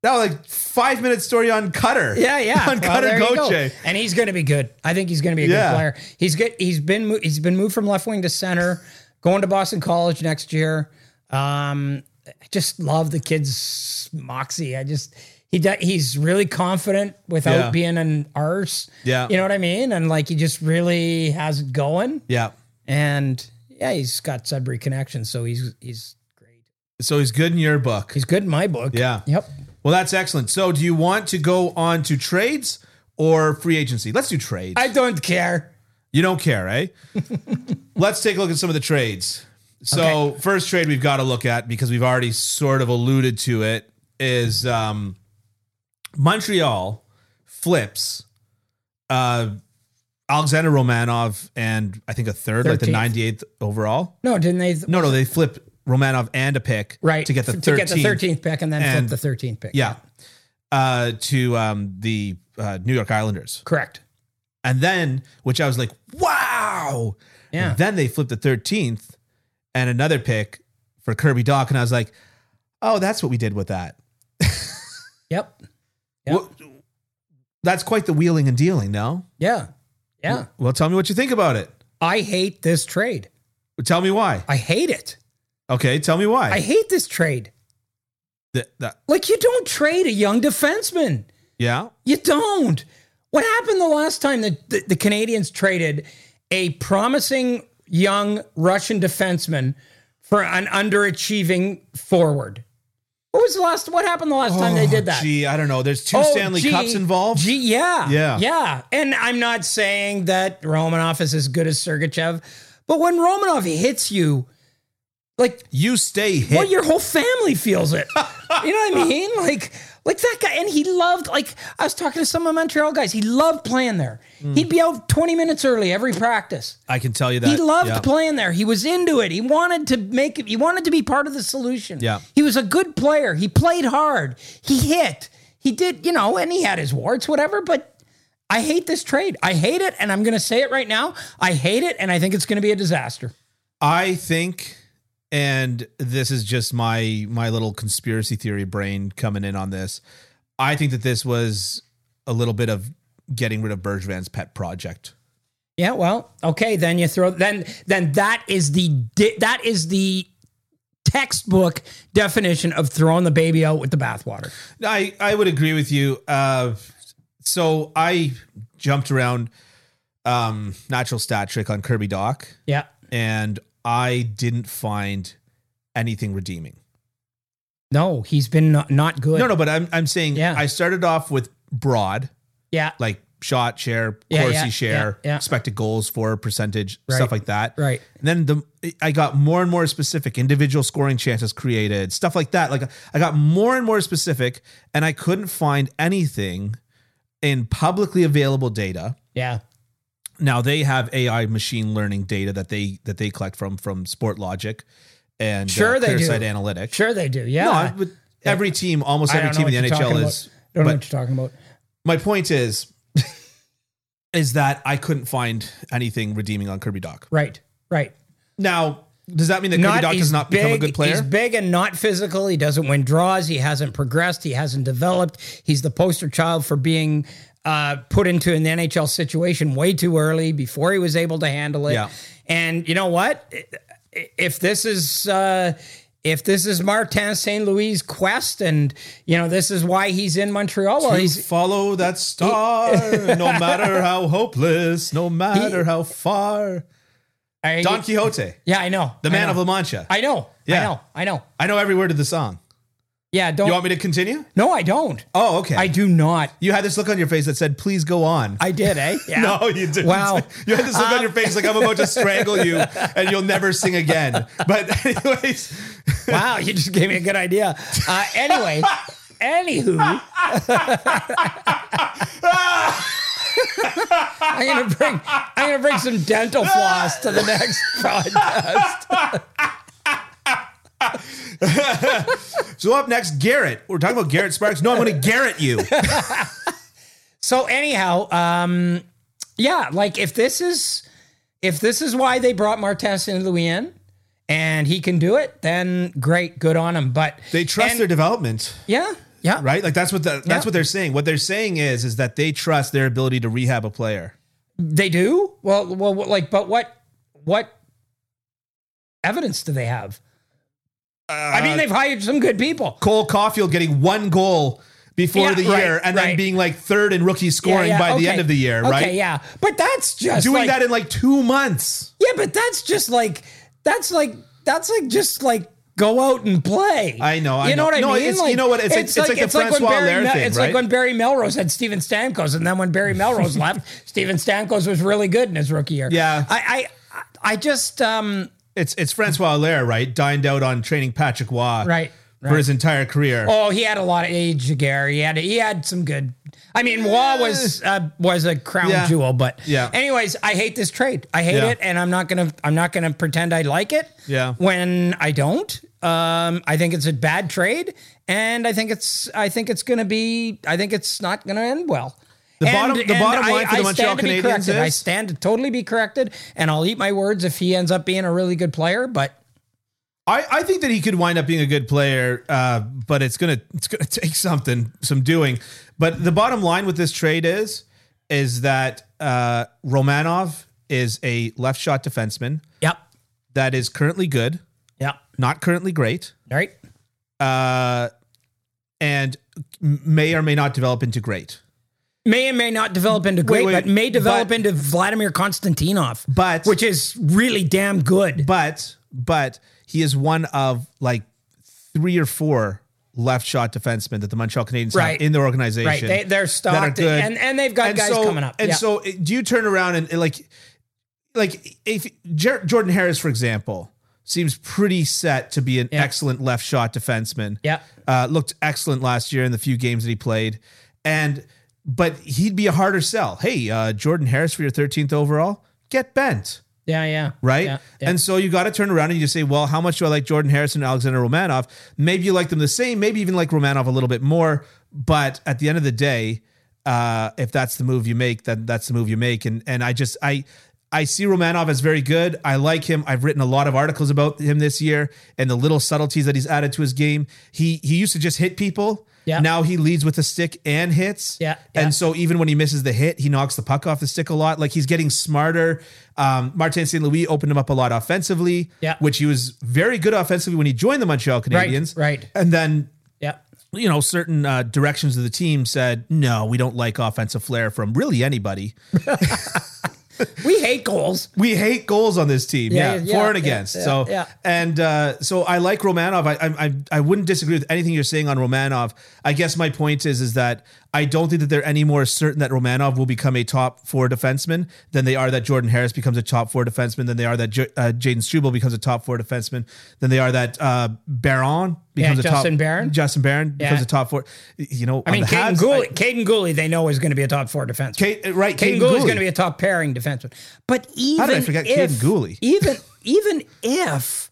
S1: That was like five minute story on Cutter.
S2: Yeah, yeah.
S1: on
S2: Well,
S1: Cutter
S2: there you go.
S1: Goche.
S2: and he's going to be good. I think he's going to be a
S1: Yeah.
S2: good player. He's good. He's been mo- he's been moved from left wing to center. Going to Boston College next year. Um, I just love the kid's moxie. I just he do, he's really confident without
S1: Yeah.
S2: being an arse.
S1: Yeah.
S2: you know what I mean. And like he just really has it going.
S1: Yeah.
S2: And yeah, he's got Sudbury connections, so he's he's great.
S1: So he's good in your book.
S2: He's good in my book.
S1: Yeah.
S2: Yep.
S1: Well, that's excellent. So, do you want to go on to trades or free agency? Let's do trades.
S2: I don't care.
S1: you don't care, eh? Let's take a look at some of the trades. So, first trade we've got to look at because we've already sort of alluded to it is um, Montreal flips uh, Alexander Romanov and I think a third, like the
S2: 13th.
S1: 98th overall.
S2: No, didn't they?
S1: No, no, they flip Romanov and a pick
S2: Right
S1: to get the
S2: F-
S1: 13th.
S2: to get the thirteenth pick and then
S1: And-
S2: flip the thirteenth pick.
S1: Yeah. Uh, to um, the uh, New York Islanders.
S2: correct.
S1: And then, which I was like, wow.
S2: Yeah.
S1: And then they flipped the 13th and another pick for Kirby Doc. And I was like, oh, that's what we did with that.
S2: Yep. Yeah.
S1: Wh- That's quite the wheeling and dealing, no?
S2: Yeah. Yeah.
S1: Well, tell me what you think about it.
S2: I hate this trade.
S1: Tell me why.
S2: I hate it.
S1: Okay, tell me why.
S2: I hate this trade.
S1: Th- that-
S2: Like you don't trade a young defenseman.
S1: yeah.
S2: You don't. What happened the last time that the, the Canadians traded a promising young Russian defenseman for an underachieving forward? What was the last? What happened the last time they did that?
S1: Oh, Gee, I don't know. There's two
S2: Oh,
S1: Stanley
S2: gee,
S1: Cups involved.
S2: Gee, yeah.
S1: Yeah.
S2: Yeah. And I'm not saying that Romanoff is as good as Sergachev, but when Romanoff hits you, like
S1: you stay hit.
S2: well, Oh, your whole family feels it. you know what I mean? Like, like that guy, and he loved. Like, I was talking to some of the Montreal guys. He loved playing there.
S1: Mm.
S2: He'd be out twenty minutes early every practice.
S1: I can tell you that.
S2: He loved
S1: yeah.
S2: playing there. He was into it. He wanted to make it. He wanted to be part of the solution.
S1: Yeah.
S2: He was a good player. He played hard. He hit. He did, you know, and he had his warts, whatever. But I hate this trade. I hate it, and I'm going to say it right now. I hate it, and I think it's going to be a disaster.
S1: I think, and this is just my my little conspiracy theory brain coming in on this. I think that this was a little bit of getting rid of Bergevin's pet project.
S2: Yeah, well, okay, then you throw then then that is the di- that is the textbook definition of throwing the baby out with the bathwater.
S1: I I would agree with you. Uh, so I jumped around um, natural stat trick on Kirby Doc,
S2: Yeah.
S1: and I didn't find anything redeeming.
S2: No, he's been not, not good.
S1: No, no, but I'm I'm saying
S2: Yeah.
S1: I started off with broad,
S2: Yeah.
S1: like shot share,
S2: Yeah,
S1: Corsi
S2: yeah,
S1: share,
S2: yeah, yeah.
S1: expected goals for percentage,
S2: Right.
S1: stuff like that.
S2: Right.
S1: And then the I got more and more specific, individual scoring chances created, stuff like that. Like I got more and more specific, and I couldn't find anything in publicly available data.
S2: Yeah.
S1: Now they have AI machine learning data that they that they collect from from SportLogic and
S2: Sure they do.
S1: ClearSight Analytics.
S2: Sure they do. Yeah.
S1: No, I- but every team, almost
S2: I
S1: every
S2: don't
S1: team
S2: know
S1: in the
S2: what you're talking
S1: NHL is.
S2: about. Don't know
S1: but-
S2: what you're talking about.
S1: My point is, is that I couldn't find anything redeeming on Kirby Doc.
S2: Right. Right.
S1: Now, does that mean that Kirby Doc
S2: he's
S1: does not become a
S2: big-
S1: good player?
S2: He's big and not physical. He doesn't win draws. He hasn't progressed. He hasn't developed. He's the poster child for being uh, put into an NHL situation way too early before he was able to handle it.
S1: Yeah.
S2: And you know what? If this is uh, if this is Martin St. Louis' quest, and you know this is why he's in Montreal. Well,
S1: You
S2: he's
S1: follow that star, no matter how hopeless, no matter how far.
S2: I,
S1: Don Quixote,
S2: yeah, I know
S1: the man of La
S2: the.
S1: Mancha. I,
S2: I know.
S1: Yeah.
S2: I know. I know.
S1: know every word of the song.
S2: Yeah. Don't.
S1: You want me to continue?
S2: no, I don't.
S1: Oh, okay.
S2: I do not.
S1: you had this look on your face that said, "Please go on."
S2: I did, eh? Yeah.
S1: No, you didn't.
S2: Wow. Uh,
S1: You had this look on your face like I'm about to strangle you and you'll never sing again. But anyways,
S2: Wow, you just gave me a good idea. Uh, anyway, anywho, I'm gonna bring I'm gonna bring some dental floss to the next podcast.
S1: so up next, Garrett. We're talking about Garrett Sparks. No, I'm going to Garrett you.
S2: So anyhow, um, yeah, like if this is if this is why they brought Martez and Louis in, and he can do it, then great, good on him. But
S1: They trust
S2: And-
S1: their development,
S2: yeah, yeah,
S1: right? Like that's what the, that's
S2: Yeah.
S1: what they're saying. What they're saying is is that they trust their ability to rehab a player.
S2: They do? Well, well, what- like, but what, what evidence do they have? I
S1: Uh,
S2: mean, they've hired some good people.
S1: Cole Caulfield getting one goal before
S2: Yeah,
S1: the
S2: right,
S1: year and then
S2: right.
S1: being like third in rookie scoring
S2: Yeah, yeah,
S1: by the
S2: okay.
S1: end of the year, right?
S2: Okay, yeah, but that's just
S1: Doing
S2: like-
S1: that in like two months.
S2: Yeah, but that's just like that's like that's like just like go out and play.
S1: I know, I
S2: you know,
S1: know.
S2: what I
S1: No,
S2: mean.
S1: it's- you know what, it's like- it's like the
S2: when
S1: Francois
S2: Barry,
S1: Allaire
S2: Mel-
S1: thing,
S2: It's
S1: right?
S2: like when Barry Melrose had Steven Stamkos, and then when Barry Melrose left, Steven Stamkos was really good in his rookie year.
S1: Yeah.
S2: I I I just um
S1: It's it's Francois Allaire, right? Dined out on training Patrick Waugh
S2: Right,
S1: for
S2: right.
S1: his entire career.
S2: Oh, he had a lot of age, Jaguar. He had he had some good. I mean, Waugh was uh, was a crown
S1: Yeah.
S2: jewel, but
S1: Yeah.
S2: Anyways, I hate this trade. I hate
S1: Yeah.
S2: it, and I'm not gonna I'm not gonna pretend I like it.
S1: Yeah.
S2: When I don't, um, I think it's a bad trade, and I think it's I think it's gonna be I think it's not gonna end well. The
S1: bottom- the bottom line for the Montreal Canadiens
S2: I
S1: is-
S2: stand to totally be corrected, and I'll eat my words if he ends up being a really good player. But
S1: I, I think that he could wind up being a good player, uh, but it's gonna it's gonna take something, some doing. But the bottom line with this trade is is that uh, Romanov is a left shot defenseman
S2: yep,
S1: that is currently good,
S2: yep,
S1: not currently great,
S2: right,
S1: uh, and may or may not develop into great.
S2: may and may not develop into great,
S1: wait,
S2: but may develop
S1: but-
S2: into Vladimir Konstantinov,
S1: But-
S2: which is really damn good.
S1: but but he is one of like three or four left shot defensemen that the Montreal Canadiens
S2: Right.
S1: have in their organization.
S2: Right, they, they're
S1: that are
S2: stocked,
S1: good,
S2: and and they've got
S1: And
S2: guys
S1: so-
S2: coming up.
S1: And
S2: yeah.
S1: so, it- do you turn around and, and, like, like if Jer- Jordan Harris, for example, seems pretty set to be an
S2: Yeah.
S1: excellent left shot defenseman.
S2: Yeah.
S1: uh, looked excellent last year in the few games that he played, and but he'd be a harder sell. Hey, uh, Jordan Harris for your 13th overall, get bent
S2: yeah, yeah,
S1: right?
S2: Yeah, yeah.
S1: And so you got to turn around and you say, well, how much do I like Jordan Harrison and Alexander Romanov? Maybe you like them the same, maybe even like Romanov a little bit more. But at the end of the day, uh, if that's the move you make, then that's the move you make. And and I just I I see Romanov as very good. I like him. I've written a lot of articles about him this year and the little subtleties that he's added to his game. He he used to just hit people.
S2: Yeah.
S1: Now he leads with the stick and hits.
S2: Yeah, yeah.
S1: And so even when he misses the hit, he knocks the puck off the stick a lot. Like he's getting smarter. Um, Martin St. Louis opened him up a lot offensively,
S2: Yeah.
S1: which he was very good offensively when he joined the Montreal Canadiens.
S2: right.
S1: And then,
S2: yeah,
S1: you know, certain uh, directions of the team said, no, we don't like offensive flair from really anybody.
S2: we hate goals.
S1: We hate goals on this team.
S2: Yeah,
S1: Yeah,
S2: yeah,
S1: for and
S2: yeah,
S1: against.
S2: yeah,
S1: so
S2: yeah.
S1: and uh, so I like Romanov. I, I I I wouldn't disagree with anything you're saying on Romanov. I guess my point is is that I don't think that they're any more certain that Romanov will become a top four defenseman than they are that Jordan Harris becomes a top four defenseman than they are that J- uh, Jaden Struble becomes a top four defenseman than they are that uh, Baron becomes a
S2: Justin
S1: top
S2: Barron.
S1: Justin Barron becomes
S2: Yeah.
S1: a top four. You know,
S2: I mean, Caden Gooley, Caden Gooley, they know is going to be a top four defenseman.
S1: Kate, right,
S2: Caden
S1: Caden
S2: Gooley is
S1: Gooley.
S2: going to be a top pairing defenseman. But even
S1: did I forget
S2: if,
S1: Caden Gooley?
S2: even even if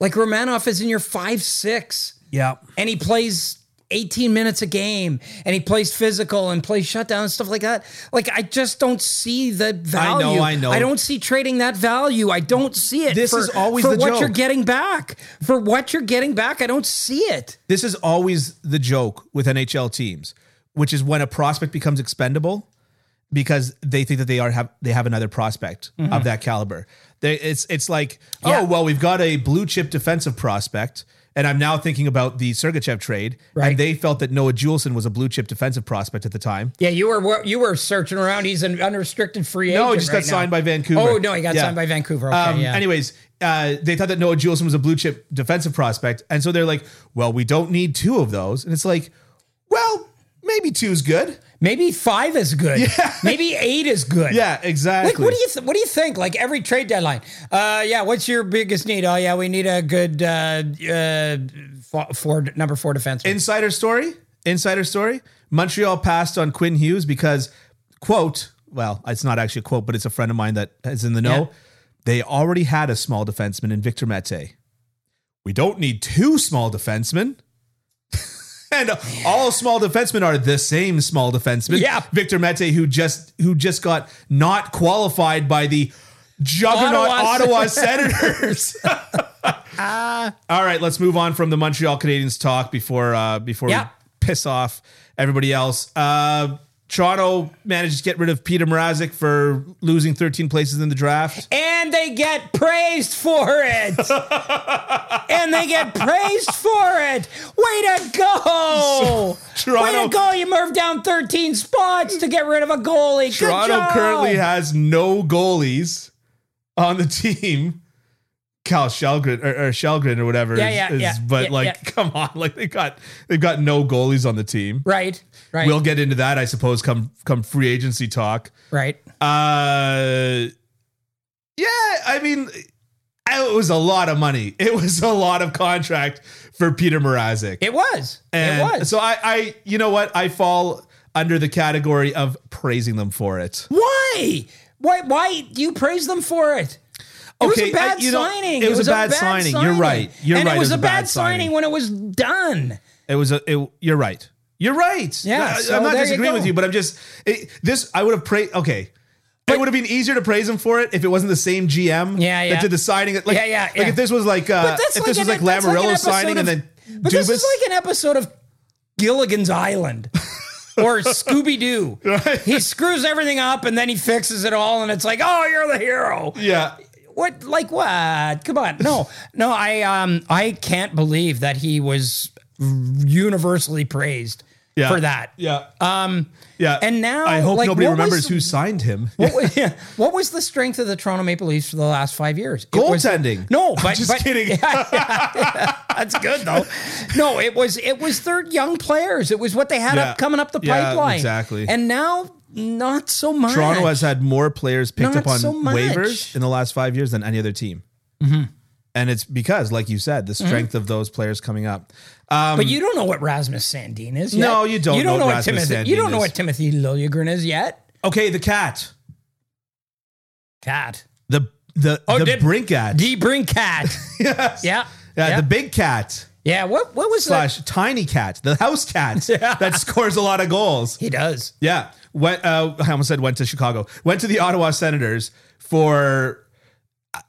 S2: like Romanoff is in your five six
S1: yeah.
S2: and he plays 18 minutes a game and he plays physical and plays shutdown and stuff like that. Like I just don't see the value.
S1: I know.
S2: I don't see trading that value. I don't see it.
S1: This
S2: for-
S1: is always
S2: for
S1: the
S2: what you're
S1: joke.
S2: getting back. For what you're getting back, I don't see it.
S1: This is always the joke with NHL teams, which is when a prospect becomes expendable because they think that they are have they have another prospect of that caliber. They, it's it's like
S2: Mm-hmm. Yeah.
S1: oh well we've got a blue chip defensive prospect. And I'm now thinking about the Sergachev trade,
S2: Right.
S1: and they felt that Noah Juleson was a blue chip defensive prospect at the time.
S2: Yeah, you were you were searching around. He's an unrestricted free agent.
S1: No, he Oh, just got
S2: right now.
S1: signed by Vancouver.
S2: Oh no, he got
S1: Yeah.
S2: signed by Vancouver. Okay,
S1: Um,
S2: yeah.
S1: Anyways, uh, they thought that Noah Juleson was a blue chip defensive prospect, and so they're like, "Well, we don't need two of those." And it's like, "Well, maybe two's good."
S2: maybe five is good. Maybe eight is good.
S1: Yeah, exactly.
S2: Like, what do you th- what do you think? Like every trade deadline, uh, yeah. What's your biggest need? Oh, yeah, we need a good uh, uh, fo- four number four defenseman.
S1: Insider story. Insider story. Montreal passed on Quinn Hughes because quote. Well, it's not actually a quote, but it's a friend of mine that is in the know.
S2: Yeah.
S1: They already had a small defenseman in Victor Mete. We don't need two small defensemen. and all small defensemen are the same small defenseman.
S2: Yeah.
S1: Victor Mete, who just who just got not qualified by the juggernaut
S2: Ottawa-
S1: Ottawa Senators. All right, let's move on from the Montreal Canadiens talk before uh, before
S2: Yeah.
S1: we piss off everybody else. Uh, Toronto managed to get rid of Peter Mrazek for losing 13 places in the draft.
S2: and they get praised for it. and they get praised for it. Way to go! Way
S1: Toronto-
S2: to go! You moved down 13 spots to get rid of a goalie. Good
S1: Toronto
S2: job.
S1: currently has no goalies on the team. Cal Shelgren or, or Shelgren or whatever.
S2: Yeah,
S1: is-
S2: yeah,
S1: is-
S2: yeah,
S1: but
S2: yeah,
S1: like,
S2: yeah.
S1: come on, like they got they've got no goalies on the team.
S2: right, right,
S1: We'll get into that, I suppose, come come free agency talk.
S2: right.
S1: Uh, yeah, I mean, it was a lot of money. It was a lot of contract for Peter Mrazek.
S2: It was.
S1: And
S2: it was.
S1: So I, I, you know what? I fall under the category of praising them for it.
S2: Why? Why? Why do you praise them for it? It was
S1: Okay,
S2: a bad
S1: I- you know,
S2: signing.
S1: it was a bad signing. You're right. You're
S2: and
S1: right,
S2: It was, a bad, signing. when it was done.
S1: It was a. It, you're right. You're right.
S2: Yeah,
S1: I,
S2: so
S1: am not
S2: there you
S1: disagreeing
S2: go.
S1: with you, but I'm just it, this. I would have praised. Okay. it would have been easier to praise him for it if it wasn't the same GM
S2: Yeah, yeah.
S1: that did the signing. Like,
S2: Yeah, yeah,
S1: like
S2: yeah.
S1: if this was like uh, if this was
S2: an-
S1: like
S2: that's an
S1: Lamarillo
S2: episode
S1: signing and
S2: of-
S1: then
S2: But this
S1: Dubas.
S2: is like an episode of Gilligan's Island or Scooby Doo. He screws everything up and then he fixes it all, and it's like, oh, you're the hero.
S1: yeah,
S2: What? Like what? Come on. No, no. I um I can't believe that he was universally praised
S1: Yeah.
S2: for that.
S1: Yeah.
S2: Um,
S1: yeah.
S2: and now,
S1: I hope
S2: like,
S1: nobody
S2: what was
S1: remembers
S2: the-
S1: who signed him.
S2: what was, what was the strength of the Toronto Maple Leafs for the last five years? It was-
S1: Goaltending.
S2: no, but
S1: just
S2: but-
S1: kidding.
S2: that's good though. No, it was it was their young players. It was what they had
S1: Yeah.
S2: up coming up the
S1: Yeah,
S2: pipeline.
S1: exactly.
S2: And now, not so much.
S1: Toronto has had more players picked
S2: Not
S1: up on
S2: so much. Mm-hmm.
S1: waivers in the last five years than any other team. And it's because, like you said, the strength of those players coming up. Um,
S2: But you don't know what Rasmus Sandin is. Yet.
S1: No, you don't
S2: You
S1: know
S2: don't
S1: what
S2: know, what
S1: Rasmus
S2: Timothy.
S1: Sandin
S2: you don't know
S1: is.
S2: what Timothy Liljegren is yet.
S1: okay, the cat,
S2: Cat.
S1: the the
S2: Oh,
S1: the
S2: did-
S1: brink cat,
S2: D Brink cat.
S1: Yes.
S2: yeah.
S1: Yeah,
S2: Yeah.
S1: the big cat
S2: Yeah. What what was that?
S1: slash tiny cat, the house cat that scores a lot of goals.
S2: He does.
S1: Yeah. Went, uh, I almost said went to Chicago. Went to the Ottawa Senators for a,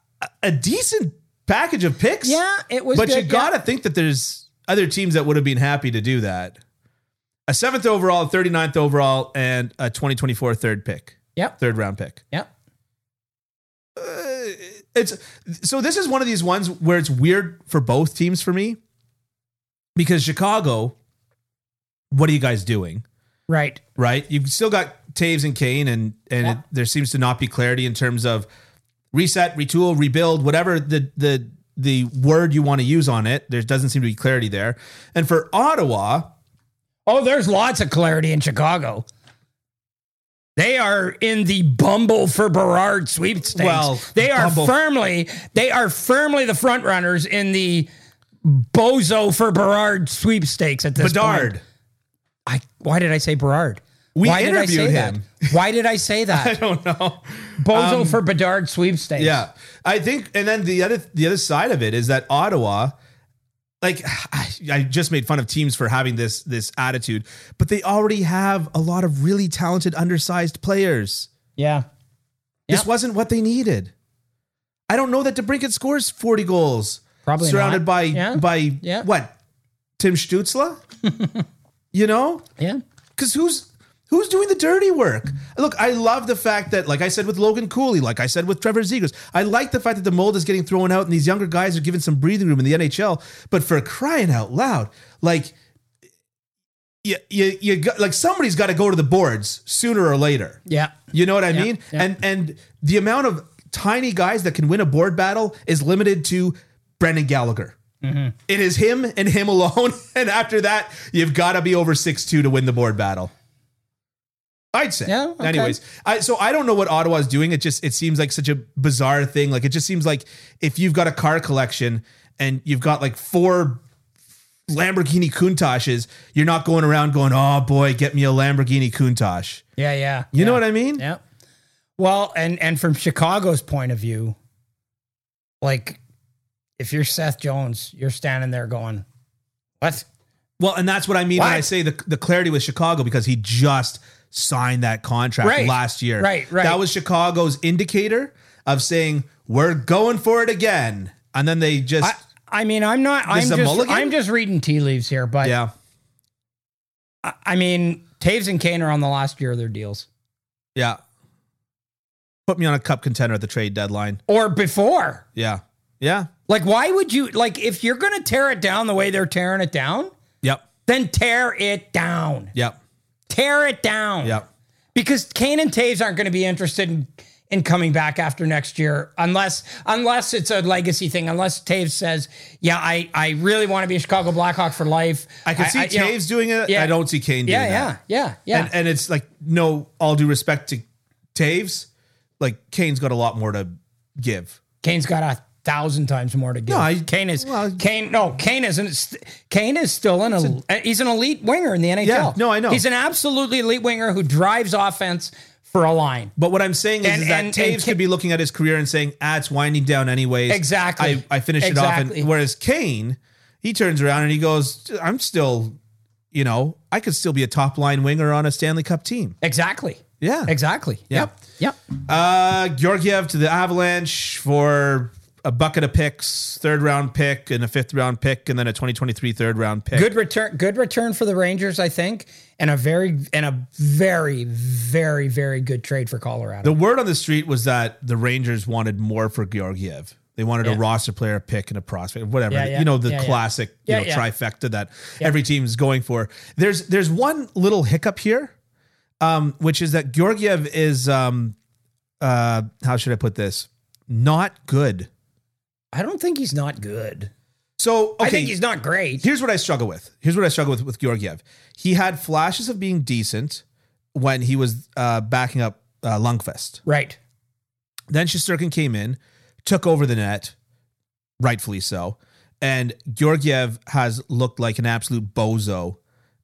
S1: a decent package of picks.
S2: Yeah, it was
S1: But
S2: good,
S1: you
S2: yeah.
S1: got to think that there's other teams that would have been happy to do that. A seventh overall, a 39th overall, and a 2024 third pick,
S2: Yep.
S1: third round pick.
S2: Yep.
S1: It's so this is one of these ones where it's weird for both teams for me because Chicago, what are you guys doing?
S2: Right.
S1: right? You've still got Taves and Kane, and and
S2: Yeah.
S1: it, there seems to not be clarity in terms of reset, retool, rebuild, whatever the the the word you want to use on it. There doesn't seem to be clarity there. And for Ottawa,
S2: Oh, there's lots of clarity in Chicago. They are in the Bumble for Berard sweepstakes.
S1: Well,
S2: they are
S1: Bumble-
S2: firmly they are firmly the front runners in the Bozo for Berard sweepstakes at this
S1: Bedard.
S2: point. I why did I say Berard?
S1: We
S2: why
S1: interviewed
S2: did I say
S1: him.
S2: that? Why did I say
S1: I
S2: that?
S1: don't know.
S2: Bozo for Bedard sweepstakes.
S1: Yeah, I think. And then the other the other side of it is that Ottawa. Like I, I just made fun of teams for having this this attitude, but they already have a lot of really talented undersized players.
S2: Yeah.
S1: This
S2: Yep.
S1: wasn't what they needed. I don't know that DeBrinket scores 40 goals.
S2: Probably
S1: surrounded
S2: not.
S1: by
S2: Yeah.
S1: by
S2: Yeah.
S1: what? Tim Stutzla? you know?
S2: Yeah.
S1: Cuz who's who's doing the dirty work? Look, I love the fact that like I said with Logan Cooley, like I said with Trevor Zegers, I like the fact that the mold is getting thrown out and these younger guys are given some breathing room in the NHL, but for crying out loud, like you, you, you got, like somebody's got to go to the boards sooner or later.
S2: Yeah.
S1: You know what I mean?
S2: yeah.
S1: And and the amount of tiny guys that can win a board battle is limited to Brendan Gallagher.
S2: Mm-hmm.
S1: It is him and him alone. And after that, you've got to be over six two to win the board battle. I'd say.
S2: Yeah, okay.
S1: Anyways, I, so I don't know what Ottawa's doing. It just it seems like such a bizarre thing. Like it just seems like if you've got a car collection and you've got like four Lamborghini Countaches, you're not going around going, "Oh boy, get me a Lamborghini Countach."
S2: Yeah. Yeah.
S1: You know what I mean?
S2: Yeah. Well, and and from Chicago's point of view, like if you're Seth Jones, you're standing there going, "What?
S1: Well, and that's what I mean when
S2: What?
S1: I say the, the clarity with Chicago because he just signed that contract
S2: Right.
S1: last year.
S2: Right, right.
S1: That was Chicago's indicator of saying, we're going for it again. And then they just,
S2: I, I mean, I'm not.
S1: This
S2: I'm
S1: is a
S2: just.
S1: mulligan?
S2: I'm just reading tea leaves here, but
S1: yeah,
S2: I, I mean, Taves and Kane are on the last year of their deals,
S1: yeah. Put me on a cup contender at the trade deadline.
S2: or before.
S1: Yeah, yeah,
S2: Like, why would you? Like, if you're gonna tear it down the way they're tearing it down,
S1: yep,
S2: then tear it down.
S1: yep,
S2: Tear it down.
S1: yep.
S2: because Kane and Taves aren't going to be interested in in coming back after next year unless unless it's a legacy thing unless Taves says yeah I I really want to be a Chicago Blackhawk for life
S1: I can see
S2: you know,
S1: Taves doing it.
S2: yeah.
S1: I don't see Kane doing
S2: yeah,
S1: that.
S2: yeah yeah yeah
S1: And, and it's like, no, all due respect to Taves, like Kane's got a lot more to give.
S2: Kane's got a thousand times more to give
S1: No, I-
S2: Kane is
S1: well-
S2: Kane no Kane isn't st- Kane is still an el- he's an elite winger in the NHL
S1: Yeah, no, I know.
S2: he's an absolutely elite winger who drives offense for a line
S1: But what I'm saying is,
S2: And-
S1: is that
S2: and-
S1: Taves
S2: and Ka-
S1: could be looking at his career and saying, ah, it's winding down anyways.
S2: Exactly.
S1: I, I finish it off.
S2: Exactly.
S1: And whereas Kane, he turns around and he goes, I'm still, you know, I could still be a top line winger on a Stanley Cup team.
S2: exactly
S1: Yeah.
S2: exactly
S1: Yeah.
S2: yep yep
S1: Uh, Georgiev to the Avalanche for a bucket of picks, third round pick and a fifth round pick, and then a 2023 third round pick.
S2: good return good return for the rangers i think and a very and a very very very good trade for colorado
S1: The word on the street was that the Rangers wanted more for Georgiev. They wanted
S2: Yeah.
S1: a roster player, a pick, and a prospect, whatever.
S2: Yeah, yeah,
S1: You know the
S2: yeah, yeah.
S1: classic
S2: Yeah,
S1: you know,
S2: yeah.
S1: trifecta that every team is going for. There's there's one little hiccup here, um, which is that Georgiev is um, uh, how should I put this? Not good.
S2: I don't think he's not good.
S1: So okay,
S2: I think he's not great.
S1: here's what I struggle with. Here's what I struggle with with Georgiev. He had flashes of being decent when he was uh, backing up uh, Lungfest.
S2: right.
S1: Then Shisterkin came in, took over the net, rightfully so. And Georgiev has looked like an absolute bozo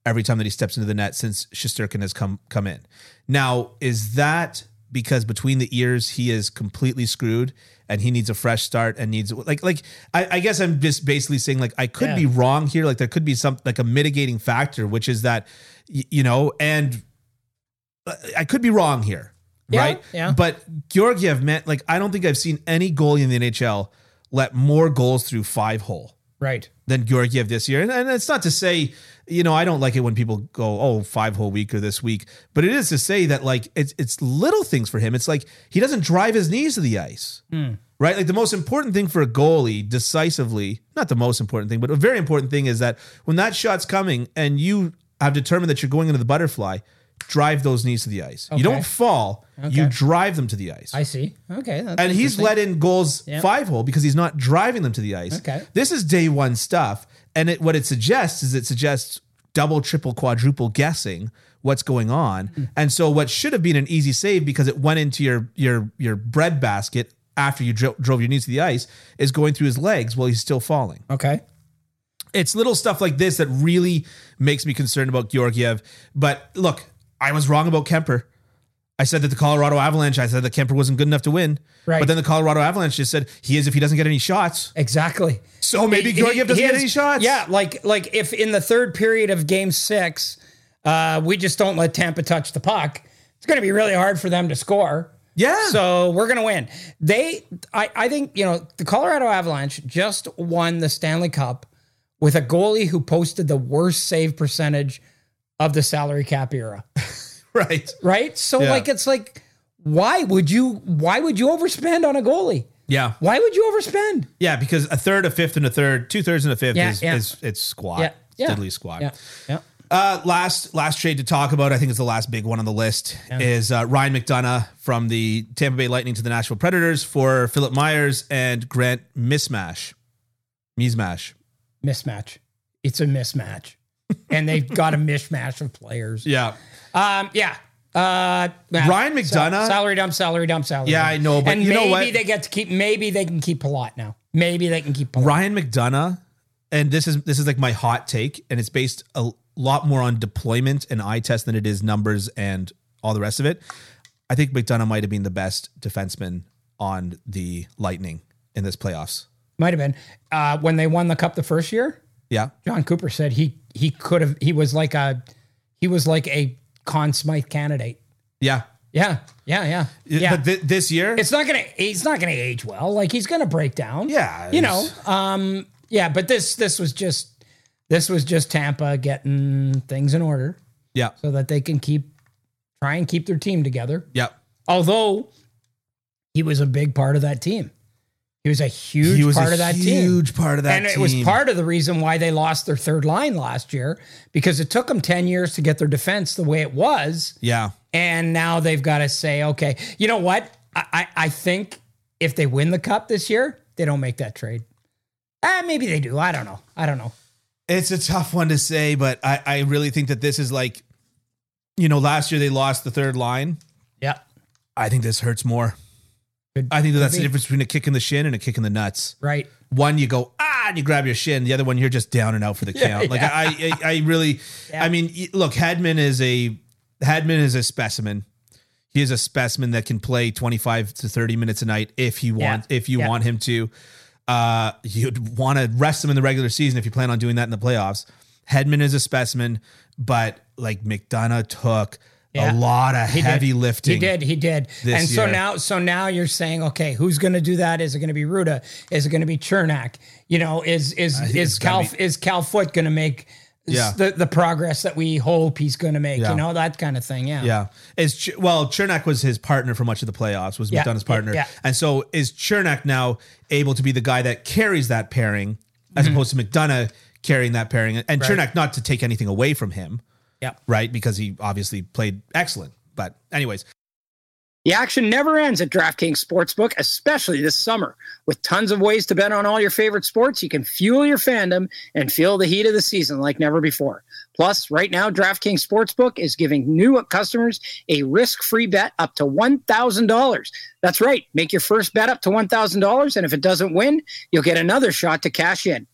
S1: every time that he steps into the net since Shisterkin has come come in. Now, is that because between the ears he is completely screwed and he needs a fresh start and needs like like I, I guess I'm just basically saying like I could
S2: Yeah.
S1: be wrong here. Like there could be some like a mitigating factor, which is that y- you know, and I could be wrong here,
S2: Yeah,
S1: right?
S2: yeah.
S1: But Georgiev, man, like I don't think I've seen any goalie in the NHL let more goals through five hole
S2: Right.
S1: than Georgiev this year. And, and it's not to say, you know, I don't like it when people go, oh, five hole week or this week, but it is to say that like it's it's little things for him. It's like he doesn't drive his knees to the ice.
S2: Hmm.
S1: Right? Like the most important thing for a goalie decisively, not the most important thing, but a very important thing is that when that shot's coming and you have determined that you're going into the butterfly, drive those knees to the ice. You
S2: Okay.
S1: don't fall, you
S2: Okay.
S1: drive them to the ice.
S2: I see. Okay. That's
S1: And he's
S2: interesting.
S1: let in goals
S2: Yeah.
S1: five hole because he's not driving them to the ice.
S2: Okay.
S1: This is day one stuff. And it, what it suggests is it suggests double, triple, quadruple guessing what's going on.
S2: Hmm.
S1: And so what should have been an easy save because it went into your your your bread basket after you dro- drove your knees to the ice is going through his legs while he's still falling
S2: Okay.
S1: it's little stuff like this that really makes me concerned about Georgiev. But look, I was wrong about Kemper. I said that the Colorado Avalanche, I said that Kemper wasn't good enough to win.
S2: Right.
S1: But then the Colorado Avalanche just said he is if he doesn't get any shots.
S2: Exactly.
S1: So maybe Georgiev doesn't
S2: He
S1: get
S2: has-
S1: any shots.
S2: Yeah, like like if in the third period of game six, uh, we just don't let Tampa touch the puck, it's gonna be really hard for them to score.
S1: Yeah.
S2: So we're gonna win. They I, I think, you know, the Colorado Avalanche just won the Stanley Cup with a goalie who posted the worst save percentage of the salary cap era.
S1: right.
S2: Right? So
S1: Yeah.
S2: like it's like why would you why would you overspend on a goalie?
S1: Yeah.
S2: Why would you overspend?
S1: Yeah. Because a third, a fifth, and a third, two thirds, and a fifth
S2: Yeah,
S1: is,
S2: yeah.
S1: is it's squat.
S2: Yeah, yeah.
S1: Diddly squat.
S2: Yeah. Yeah.
S1: Uh, last last trade to talk about, I think it's the last big one on the list is uh, Ryan McDonough from the Tampa Bay Lightning to the Nashville Predators for Philip Myers and Grant Mismash, Mismash.
S2: mismatch. It's a mismatch. and they've got a mishmash of players.
S1: Yeah,
S2: Um, yeah. Uh, yeah.
S1: Ryan
S2: Sal-
S1: McDonough.
S2: salary dump, salary dump, salary.
S1: Yeah,
S2: dump.
S1: I know, but
S2: and
S1: you know
S2: maybe
S1: what?
S2: they get to keep. Maybe they can keep Palat now. Maybe they can keep Palat.
S1: Ryan McDonough, and this is this is like my hot take, and it's based a lot more on deployment and eye test than it is numbers and all the rest of it. I think McDonough might have been the best defenseman on the Lightning in this playoffs.
S2: Might have been uh, when they won the cup the first year.
S1: Yeah,
S2: John Cooper said he he could have. He was like a he was like a Conn Smythe candidate.
S1: yeah,
S2: Yeah, yeah, yeah, yeah.
S1: But thi- this year,
S2: it's not gonna he's not gonna age well. Like he's gonna break down.
S1: Yeah,
S2: You know.
S1: it's-
S2: Um yeah, but this this was just this was just Tampa getting things in order
S1: yeah,
S2: so that they can keep try and keep their team together.
S1: yeah.
S2: Although he was a big part of that team. He was a huge part of that team.
S1: Huge part of that
S2: and
S1: team.
S2: it was part of the reason why they lost their third line last year because it took them 10 years to get their defense the way it was.
S1: Yeah.
S2: And now they've got to say, okay, you know what? I, I, I think if they win the cup this year, they don't make that trade. Ah, maybe they do. I don't know. I don't know.
S1: It's a tough one to say, but I, I really think that this is like, you know, last year they lost the third line.
S2: Yeah.
S1: I think this hurts more.
S2: Could-
S1: I think that that's
S2: could
S1: the
S2: be.
S1: difference between a kick in the shin and a kick in the nuts.
S2: Right.
S1: One you go ah and you grab your shin. The other one you're just down and out for the count. Like I, I, I really, I mean, y- look, Hadman is a Hadman is a specimen. He is a specimen that can play 25 to 30 minutes a night if he wants. If you
S2: Yeah.
S1: want him to, uh, you'd want to rest him in the regular season if you plan on doing that in the playoffs. Hedman is a specimen, but like McDonough took a
S2: Yeah.
S1: lot of
S2: did.
S1: heavy lifting.
S2: He did. He did.
S1: This
S2: and so
S1: year.
S2: now, so now you're saying, okay, who's going to do that? Is it going to be Ruda? Is it going to be Chernak? You know, is is is
S1: it's gotta
S2: Cal is Cal Foot going to make
S1: Yeah.
S3: the, the progress that we hope he's going to make,
S1: Yeah.
S3: you know, that kind of thing. Yeah.
S1: Yeah. Is Ch- well, Chernak was his partner for much of the playoffs, was
S3: Yeah,
S1: McDonough's
S3: yeah,
S1: partner.
S3: yeah.
S1: And so is Chernak now able to be the guy that carries that pairing as
S3: Mm-hmm.
S1: opposed to McDonough carrying that pairing? And Chernak not to take anything away from him,
S3: Yeah.
S1: right? Because he obviously played excellent. But anyways,
S2: The action never ends at DraftKings Sportsbook, especially this summer. With tons of ways to bet on all your favorite sports, you can fuel your fandom and feel the heat of the season like never before. Plus, right now, DraftKings Sportsbook is giving new customers a risk free bet up to $1,000. That's right, make your first bet up to $1,000, and if it doesn't win, you'll get another shot to cash in.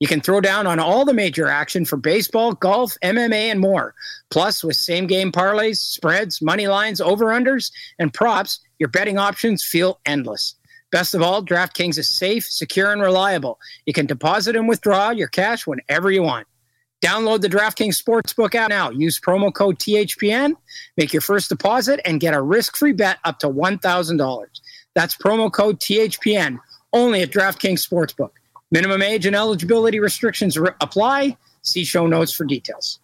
S2: You can throw down on all the major action for baseball, golf, MMA, and more. Plus, with same game parlays, spreads, money lines, over unders, and props, your betting options feel endless. Best of all, DraftKings is safe, secure, and reliable. You can deposit and withdraw your cash whenever you want. Download the DraftKings Sportsbook app now. Use promo code THPN, make your first deposit, and get a risk free bet up to $1,000. That's promo code THPN only at DraftKings Sportsbook. Minimum age and eligibility restrictions re- apply. See show notes for details.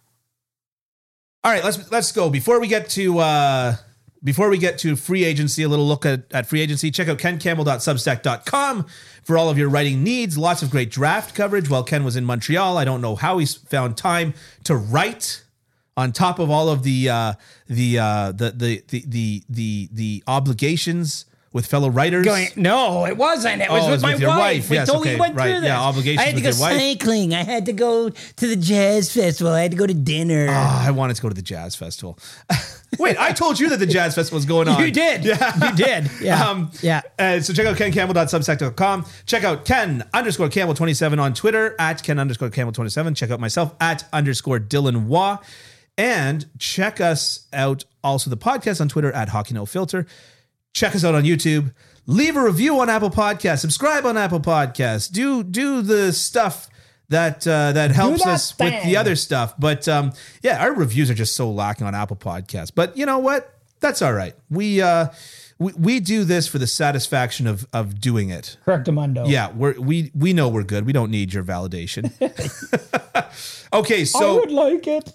S1: all right, let's let's go. Before we get to uh before we get to free agency, a little look at, at free agency, check out kencampbell.substack.com for all of your writing needs. Lots of great draft coverage. While Ken was in Montreal, I don't know how he s- found time to write on top of all of the uh, the, uh, the the the the the the obligations with fellow writers.
S3: Going, no, it wasn't. It was
S1: Oh, it
S3: with
S1: was
S3: my
S1: with your
S3: wife.
S1: wife.
S3: We
S1: Yes,
S3: totally
S1: okay,
S3: went
S1: right.
S3: through this.
S1: Yeah, obligations
S3: I had to
S1: with
S3: go
S1: your wife.
S3: cycling. I had to go to the jazz festival. I had to go to dinner.
S1: Ah, I wanted to go to the jazz festival. Wait, I told you that the jazz festival was going on.
S3: you did.
S1: Yeah.
S3: You did. Yeah.
S1: Um,
S3: yeah.
S1: Uh, so check out kencampbell.substack.com. Check out Ken underscore Campbell27 on Twitter, at Ken underscore Campbell27. Check out myself, at underscore Dylan Waugh. And check us out also the podcast on Twitter, at Hockey No Filter. Check us out on YouTube. Leave a review on Apple Podcasts. Subscribe on Apple Podcasts. Do do the stuff that uh, that helps
S3: that
S1: us with the
S3: thing.
S1: other other stuff. But um, yeah, our reviews are just so lacking on Apple Podcasts. But you know what? That's all right. We uh, we, we do this for the satisfaction of of doing it.
S3: Correctamundo.
S1: Yeah, we're, we we know we're good. We don't need your validation. okay, so
S3: like it.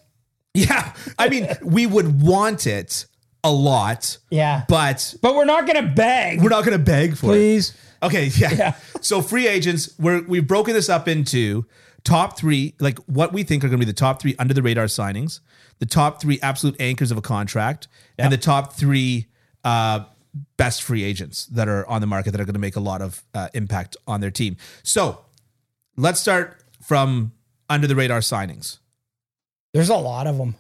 S1: yeah, I mean, we would want it a lot,
S3: Yeah. But,
S1: but
S3: we're not going to beg.
S1: we're not going to beg for it.
S3: please.
S1: Okay, yeah.
S3: Yeah.
S1: So free agents, we're we've broken this up into top three, like what we think are going to be the top three under the radar signings, the top three absolute anchors of a contract, and the top three uh, best free agents that are on the market that are going to make a lot of uh, impact on their team. So let's start from under the radar signings.
S3: There's a lot of them.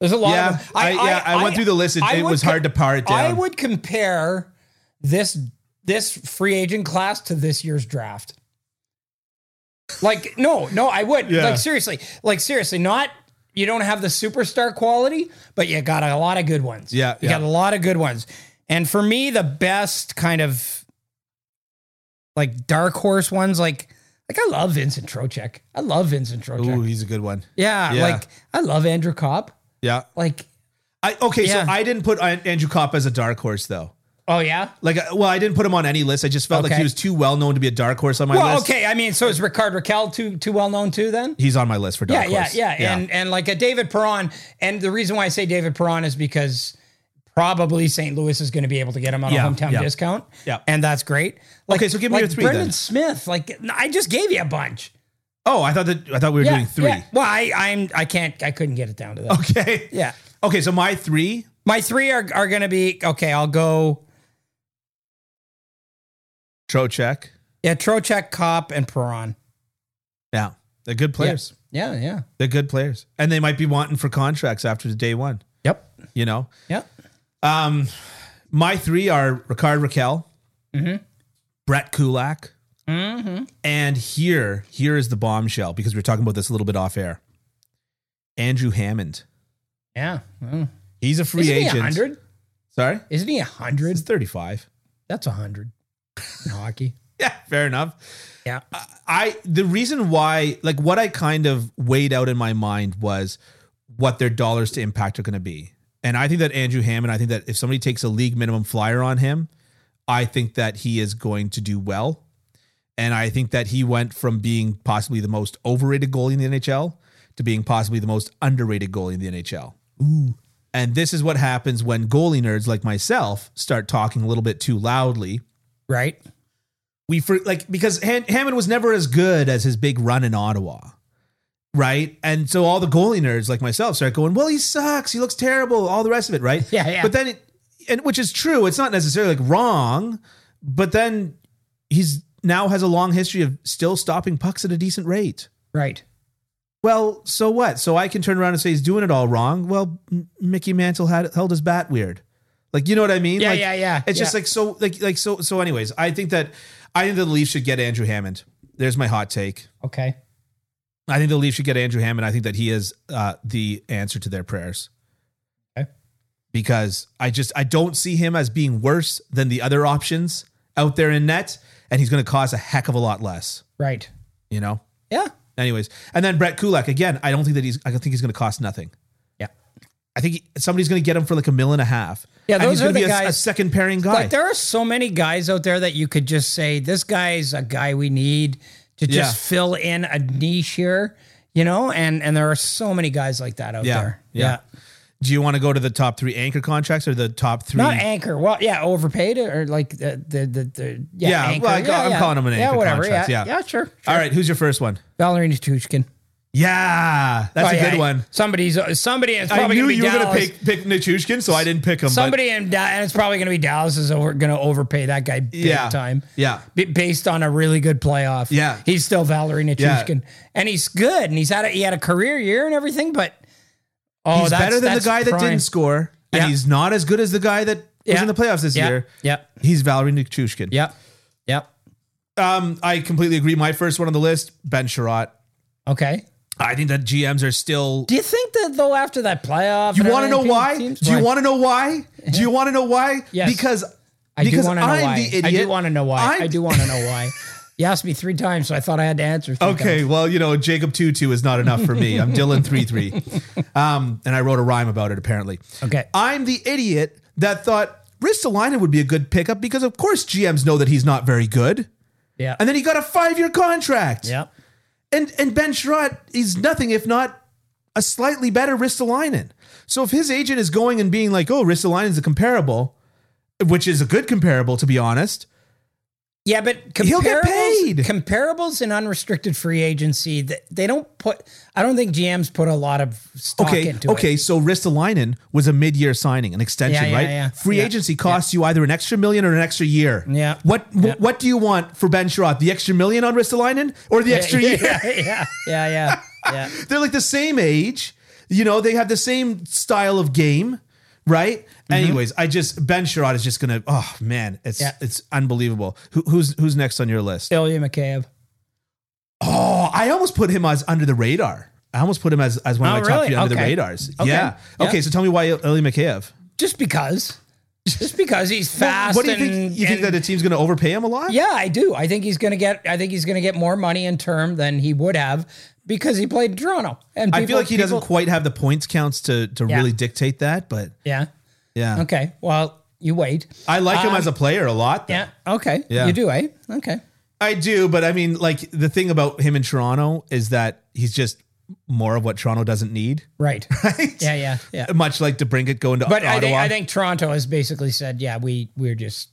S3: There's a lot
S1: Yeah,
S3: of them.
S1: I, yeah, I, went through the list. It,
S3: I
S1: it
S3: would
S1: was hard to
S3: co-
S1: par it down.
S3: I would compare this this free agent class to this year's draft. Like no, no, I would.
S1: Yeah.
S3: Like seriously. Like seriously, not you don't have the superstar quality, but you got a lot of good ones.
S1: Yeah,
S3: You got
S1: yeah.
S3: a lot of good ones. And for me the best kind of like dark horse ones like like I love Vincent Trocek. I love Vincent Trocek.
S1: Ooh, he's a good one.
S3: Yeah,
S1: Yeah.
S3: like I love Andrew Cobb.
S1: Yeah.
S3: Like
S1: I okay.
S3: Yeah.
S1: So I didn't put An- Andrew Kopp as a dark horse though.
S3: oh yeah.
S1: Like, uh, well, I didn't put him on any list. I just felt like
S3: Okay.
S1: he was too well known to be a dark horse on my
S3: Well,
S1: list.
S3: okay. I mean, so is Ricard Raquel too too well known too then?
S1: He's on my list for
S3: Yeah,
S1: dark
S3: yeah,
S1: horse.
S3: yeah, And and like a David Perron, and the reason why I say David Perron is because probably St. Louis is going to be able to get him on
S1: Yeah,
S3: a hometown
S1: yeah.
S3: discount.
S1: Yeah.
S3: And that's great. Like,
S1: Okay, so give me
S3: like
S1: your three then.
S3: Brendan Smith, like I just gave you a bunch.
S1: oh, I thought that I thought we were
S3: Yeah,
S1: doing three.
S3: yeah. Well, I I'm I can't I couldn't get it down to that.
S1: Okay.
S3: Yeah.
S1: Okay. So my three.
S3: My three are are going to be okay. I'll go
S1: Trocheck.
S3: yeah Trocheck, Cop, and Perron.
S1: Yeah, they're good players.
S3: Yeah, yeah.
S1: They're good players, and they might be wanting for contracts after the day one.
S3: Yep.
S1: You know.
S3: Yep.
S1: Um, my three are Ricard Raquel,
S3: Mm-hmm.
S1: Brett Kulak, and here here is the bombshell because we were talking about this a little bit off air. Andrew Hammond.
S3: Yeah. Mm.
S1: He's a free
S3: Isn't he
S1: agent.
S3: a hundred?
S1: Sorry.
S3: Isn't he a hundred?
S1: It's 35.
S3: That's a hundred. In hockey.
S1: Yeah, fair enough.
S3: Yeah.
S1: I the reason why like what I kind of weighed out in my mind was what their dollars to impact are going to be. And I think that Andrew Hammond, I think that if somebody takes a league minimum flyer on him, I think that he is going to do well. And I think that he went from being possibly the most overrated goalie in the NHL to being possibly the most underrated goalie in the NHL. Ooh. And this is what happens when goalie nerds like myself start talking a little bit too loudly.
S3: right?
S1: We for, like because Han- Hammond was never as good as his big run in Ottawa. Right. And so all the goalie nerds like myself start going, well, he sucks. He looks terrible. All the rest of it. Right.
S3: Yeah, yeah.
S1: But then, it, and which is true, it's not necessarily like wrong, but then he's now has a long history of still stopping pucks at a decent rate.
S3: Right.
S1: Well, so what? So I can turn around and say he's doing it all wrong. Well, M- Mickey Mantle had held his bat weird. Like, you know what I mean?
S3: Yeah,
S1: Like,
S3: yeah, yeah.
S1: It's just
S3: yeah.
S1: like so like like so so anyways, I think that I think the Leafs should get Andrew Hammond. There's my hot take.
S3: okay.
S1: I think the Leafs should get Andrew Hammond. I think that he is uh, the answer to their prayers.
S3: Okay.
S1: Because I just I don't see him as being worse than the other options out there in net, and he's going to cost a heck of a lot less.
S3: Right.
S1: You know.
S3: Yeah.
S1: Anyways, and then Brett Kulak again. I don't think that he's. I don't think he's going to cost nothing.
S3: Yeah.
S1: I think he- somebody's going to get him for like a mil and a half.
S3: Yeah,
S1: and
S3: those
S1: he's
S3: are
S1: gonna
S3: the
S1: be a, a
S3: guys-
S1: second pairing guy.
S3: Like there are so many guys out there that you could just say, this guy's a guy we need to just
S1: Yeah.
S3: fill in a niche here, you know? And and there are so many guys like that out
S1: Yeah,
S3: there.
S1: yeah. Do you want to go to the top three anchor contracts or the top three?
S3: Not anchor. Well, yeah, overpaid or like the the the, the yeah,
S1: Yeah,
S3: anchor.
S1: well, I call- I'm calling him an anchor
S3: Yeah, whatever. Yeah.
S1: contract,
S3: yeah.
S1: yeah.
S3: sure.
S1: All right, who's your first one?
S3: Valerie Nichushkin.
S1: Yeah, that's a good one.
S3: Somebody's somebody and it's
S1: I
S3: probably
S1: knew
S3: gonna be
S1: you were going to
S3: Dallas.
S1: pick pick Nichushkin, so I didn't pick him. but-
S3: somebody and Da- and it's probably gonna be Dallas is over gonna overpay that guy big
S1: yeah,
S3: time.
S1: Yeah,
S3: B- based on a really good playoff.
S1: Yeah.
S3: he's still Valerie
S1: Yeah.
S3: Nichushkin, and he's good, and he's had a, he had a career year and everything, but oh,
S1: he's
S3: that's-
S1: better than the
S3: that's
S1: guy that
S3: prime.
S1: didn't score, and
S3: Yeah.
S1: he's not as good as the guy that was
S3: Yeah.
S1: in the playoffs this
S3: Yeah,
S1: year.
S3: Yep,
S1: He's Valerie Nichushkin.
S3: yep, yep.
S1: Um, I completely agree. My first one on the list, Ben Sherratt.
S3: Okay.
S1: I think that GMs are still.
S3: Do you think that though after that playoff,
S1: You
S3: and
S1: want to know
S3: everything,
S1: why?
S3: teams-
S1: Do you want to know why? Do you want to know why?
S3: Yes.
S1: Because
S3: I do
S1: because
S3: want to know
S1: I'm
S3: why.
S1: the idiot.
S3: I do want to know why.
S1: I'm-
S3: i do want to know why. You asked me three times, so I thought I had to answer. Three
S1: Okay,
S3: times.
S1: well, you know, Jacob two two is not enough for me. I'm Dylan three three, um, and I wrote a rhyme about it. Apparently,
S3: Okay.
S1: I'm the idiot that thought Ristolainen would be a good pickup because, of course, GMs know that he's not very good,
S3: Yeah.
S1: and then he got a five year contract.
S3: yep.
S1: And and Ben Sherratt is nothing if not a slightly better Ristolainen. So if his agent is going and being like, "Oh, Ristolainen's a comparable," which is a good comparable to be honest.
S3: Yeah, but comparables,
S1: He'll get paid.
S3: comparables in unrestricted free agency, th- they don't put, I don't think GMs put a lot of stock
S1: Okay,
S3: into it.
S1: okay. So Ristolainen was a mid-year signing, an extension,
S3: Yeah, yeah,
S1: right?
S3: yeah.
S1: Free
S3: Yeah.
S1: agency costs you either an extra million or an extra year.
S3: Yeah.
S1: What wh- What do you want for Ben Sherratt? The extra million on Ristolainen or the extra year?
S3: Yeah, yeah, yeah, yeah, yeah.
S1: they're like the same age. You know, they have the same style of game, right? Anyways, I just Ben Sherrod is just gonna. Oh man, it's
S3: Mm-hmm. Yeah.
S1: it's unbelievable. Who, who's who's next on your list?
S3: Ilya McCabe.
S1: Oh, I almost put him as under the radar. I almost put him as, as one of
S3: Oh,
S1: my top
S3: really?
S1: three under the
S3: Okay.
S1: radars.
S3: Okay.
S1: Yeah.
S3: Yeah.
S1: Okay, so tell me why Ilya Mikheyev.
S3: Just because. Just because he's fast.
S1: What do you
S3: and-
S1: think? You think that
S3: and-
S1: a team's going to overpay him a lot?
S3: Yeah, I do. I think he's going to get, I think he's going to get more money in term than he would have because he played in Toronto. And
S1: I feel
S3: people-
S1: like he doesn't
S3: people-
S1: quite have the points counts to to
S3: Yeah.
S1: really dictate that, but
S3: Yeah.
S1: yeah,
S3: Okay. Well, you wait.
S1: I like him as a player a lot. though.
S3: Yeah. Okay.
S1: Yeah.
S3: You do, eh? Okay.
S1: I do, but I mean, like the thing about him in Toronto is that he's just more of what Toronto doesn't need,
S3: Right.
S1: right?
S3: Yeah, yeah, yeah.
S1: Much like DeBrinket going to
S3: But
S1: Ottawa.
S3: I think, I think Toronto has basically said, yeah, we we're just